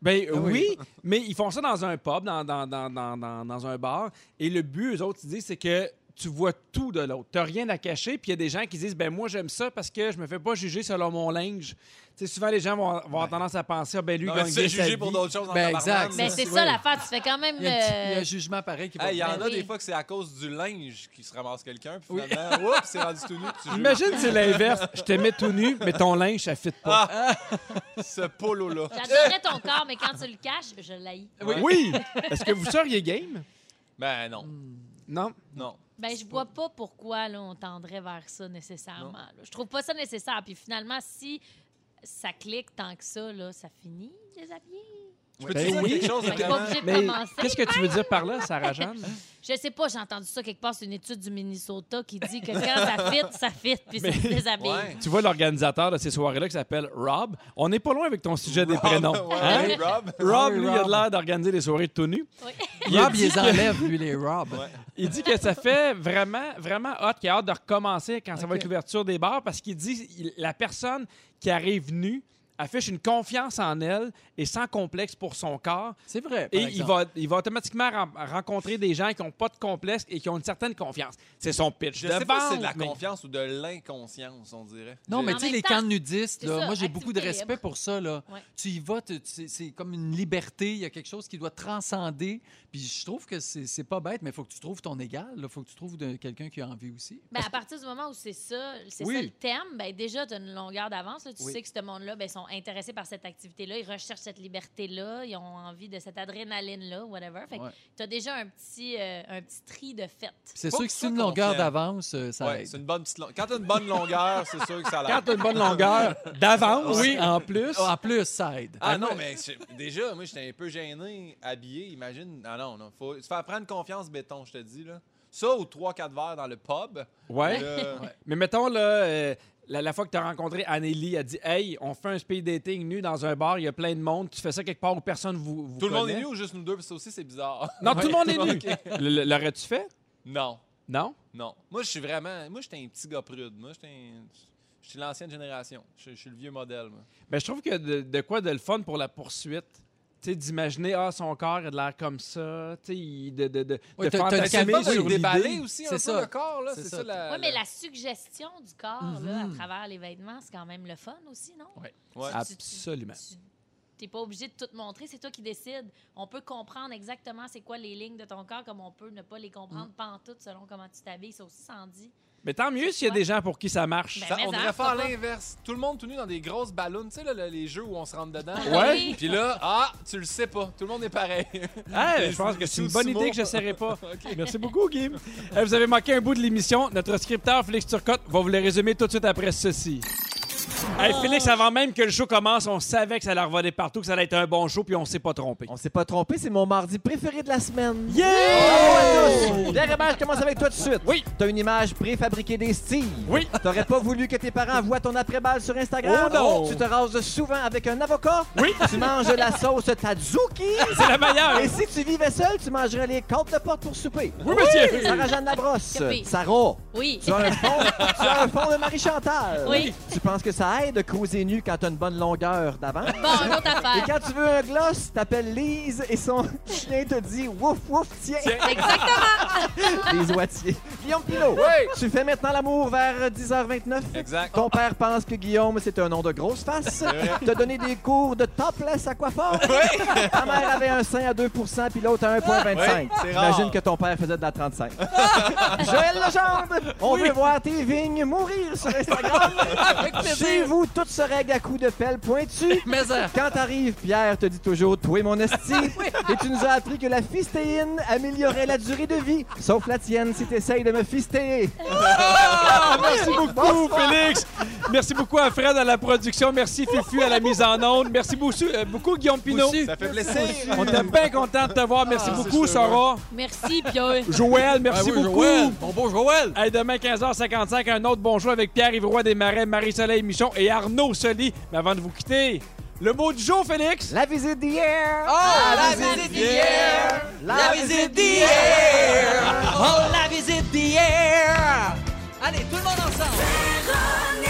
ben Ah oui, oui. mais ils font ça dans un pub, dans, dans, dans, dans, dans- dans un bar. Et le but, eux autres, ils disent, c'est que tu vois tout de l'autre. T'as rien à cacher, puis il y a des gens qui disent, ben, moi, j'aime ça parce que je me fais pas juger selon mon linge. Tu sais, souvent, les gens vont, vont avoir tendance à penser, ah, ben, lui, Non, gagne mais bien c'est sa jugé pour vie. d'autres choses en Ben, tabarnak, exact, là. Ben, c'est c'est- ça oui. l'affaire. Tu fais quand même. Il, y a un petit- il y a euh, un jugement pareil qui Hey, va Il y en Ben a oui. des fois que c'est à cause du linge qui se ramasse quelqu'un, puis Oui. finalement, oups, c'est rendu tout nu. puis Tu juges. Imagine, c'est l'inverse. Je te mets tout nu, mais ton linge, ça fit pas. ce polo-là. J'adorerais ton corps, mais quand tu le caches, je l'haïs. oui. Est-ce que vous seriez game? Ben non, Mm. Non. non. Ben, je vois pas pourquoi là, on tendrait vers ça nécessairement. Non. là. Je trouve pas ça nécessaire. Puis finalement, si ça clique tant que ça, là, ça finit, les amis. Je peux te Ben dire oui. quelque chose On est pas vraiment? obligé de Mais commencer. qu'est-ce que tu veux dire par là, Sarah Jeanne? Je sais pas, j'ai entendu ça quelque part. C'est une étude du Minnesota qui dit que quand ça fit, ça fit, puis ça se déshabille. Ouais. Tu vois l'organisateur de ces soirées-là qui s'appelle Rob. On n'est pas loin avec ton sujet des Rob, prénoms. ouais, Hein? ouais, Rob. Rob, lui, il a Rob. l'air d'organiser des soirées tout nu. Oui. a Rob, il dit les que- enlève, lui, les Rob. Ouais. Il dit que ça fait vraiment, vraiment hot, qu'il a hâte de recommencer quand ça va Ok. être l'ouverture des bars parce qu'il dit il- la personne qui arrive nue affiche une confiance en elle et sans complexe pour son corps. C'est vrai. par Et il exemple. va, il va automatiquement ren- rencontrer des gens qui n'ont pas de complexe et qui ont une certaine confiance. C'est son pitch Je de sais pas si c'est de la vente, mais- confiance ou de l'inconscience, on dirait. Non, Je- mais En tu sais, même les temps, camps nudistes, c'est là, ça, moi, j'ai beaucoup de activité respect libre. pour ça. Là. Ouais. Tu y vas, tu- tu- c'est- c'est comme une liberté, il y a quelque chose qui doit transcender. Puis je trouve que c'est c'est pas bête, mais il faut que tu trouves ton égal. Il faut que tu trouves de- quelqu'un qui a envie aussi. Ben, à partir du moment où c'est ça, c'est Oui. ça le thème, ben déjà, tu as une longueur d'avance. là. Tu Oui. sais que ce monde-là, ben, sont intéressés par cette activité-là, ils recherchent cette liberté-là, ils ont envie de cette adrénaline-là, whatever. Fait que Ouais. t'as déjà un petit, euh, un petit tri de fête. C'est Pas sûr que que si ça une qu'on longueur fait. d'avance, euh, ça Ouais, aide. c'est une bonne petite long- Quand t'as une bonne longueur, c'est sûr que ça Quand l'aide. t'as une bonne longueur d'avance, Oui. en plus. En plus, ça aide. Ah non, mais c'est- déjà, moi, j'étais un peu gêné, habillé, imagine. Ah non, non, faut se faire prendre confiance, béton, je te dis, là. Ça ou 3-4 verres dans le pub. Ouais. là, Mais mettons, là, euh, la, la fois que tu as rencontré Anneli, elle dit Hey, on fait un speed dating nu dans un bar, il y a plein de monde, tu fais ça quelque part où personne vous. vous Tout le monde est connaît. nu ou juste nous deux? Parce que ça aussi, c'est bizarre. Non, tout le monde est nu. Ok. Le- le- L'aurais-tu fait Non, Non non. Moi, je suis vraiment... Moi, j'étais un petit gars prude. Moi, j'étais un- Je suis l'ancienne génération. Je je suis le vieux modèle, moi. Mais je trouve que de, de quoi de le fun pour la poursuite Tu sais, d'imaginer, ah, son corps a de l'air comme ça, tu sais, il- de, de, de, Ouais, de t'as- t'as une fantasmer caméra, C'est sur oui, déballer l'idée. aussi un C'est peu ça. le corps, là. C'est C'est ça. ça, la... Oui, mais la- la suggestion du corps là, Mhm. à travers les vêtements, c'est quand même le fun aussi, non? Ouais. Ouais. Absolument. Tu n'es pas obligé de tout montrer, c'est toi qui décides. On peut comprendre exactement c'est quoi les lignes de ton corps, comme on peut ne pas les comprendre pas en tout selon comment tu t'habilles. Ça aussi, ça en dit. Mais tant mieux s'il y a des gens pour qui ça marche. Ben, Ça, mais on ça, devrait faire pourquoi pas? l'inverse. Tout le monde tout nu dans des grosses ballons, tu sais, là, le- les jeux où on se rentre dedans. Ouais. Oui. Puis là, ah, tu le sais pas. Tout le monde est pareil. Ah, Les- je pense que les c'est une sous- bonne sumo. idée que je serai pas. Merci beaucoup, Guy. Euh, Vous avez manqué un bout de l'émission. Notre scripteur, Félix Turcotte, va vous le résumer tout de suite après ceci. Hey, Félix, avant même que le show commence, on savait que ça allait revoler partout, que ça allait être un bon show, puis on s'est pas trompé. On s'est pas trompé, c'est mon mardi préféré de la semaine. Yeah! Bravo à tous! Pierre Hébert, je commence avec toi tout de suite. Oui. T'as une image préfabriquée des styles. Oui. T'aurais pas voulu que tes parents voient ton après-balle sur Instagram. Oh non! Tu te rases souvent avec un avocat. Oui. Tu manges la sauce tadzuki. C'est la meilleure! Et si tu vivais seul, tu mangerais les côtes de porte pour souper. Oui, monsieur! Sarah-Jeanne Labrosse. Capé. Sarah. Oui. Tu as, un fond, tu as un fond de Marie-Chantal. Oui. Tu penses que ça aide de causer nu quand t'as une bonne longueur d'avance? Bon, une autre Et affaire. quand tu veux un gloss, t'appelles Lise et son chien te dit wouf wouf tiens. Les oitiers. Guillaume Pinot, tu fais maintenant l'amour vers 10h29. Exact. Ton père pense que Guillaume, c'est un nom de grosse face. T'as donné des cours de topless à coiffeur. Ta mère avait un sein à 2 puis l'autre à 1,25 Ouais, c'est rare. Imagine que ton père faisait de la 35. Joël Legendre, on veut voir tes vignes mourir sur Instagram. Chez vous, tout se règle à coups de pelle pointue. Mais ça, Quand t'arrives, Pierre te dit toujours « Toi, mon esti ». Et tu nous as appris que la fistéine améliorait la durée de vie, sauf la tienne si t'essayes de me fister. Merci beaucoup, Félix. Merci beaucoup à Fred à la production. Merci, Fifu, à la mise en onde. Merci beaucoup, euh, beaucoup Guillaume Pinot. Aussi. Ça fait plaisir. On est bien content de te voir. Merci Ah, beaucoup, c'est Sarah. Merci, Pierre. Joël, merci Ah oui, beaucoup. Joël, Mon beau Joël! Hey, demain, 15h55, un autre bon show avec Pierre-Yves Roy Desmarais, Marie-Soleil Michon et Arnaud Soli. Mais avant de vous quitter, le mot du jour, Félix. La visite d'hier! la visite d'hier. La, visite d'hier! Oh, la visite d'hier! Allez, tout le monde ensemble! Véronique!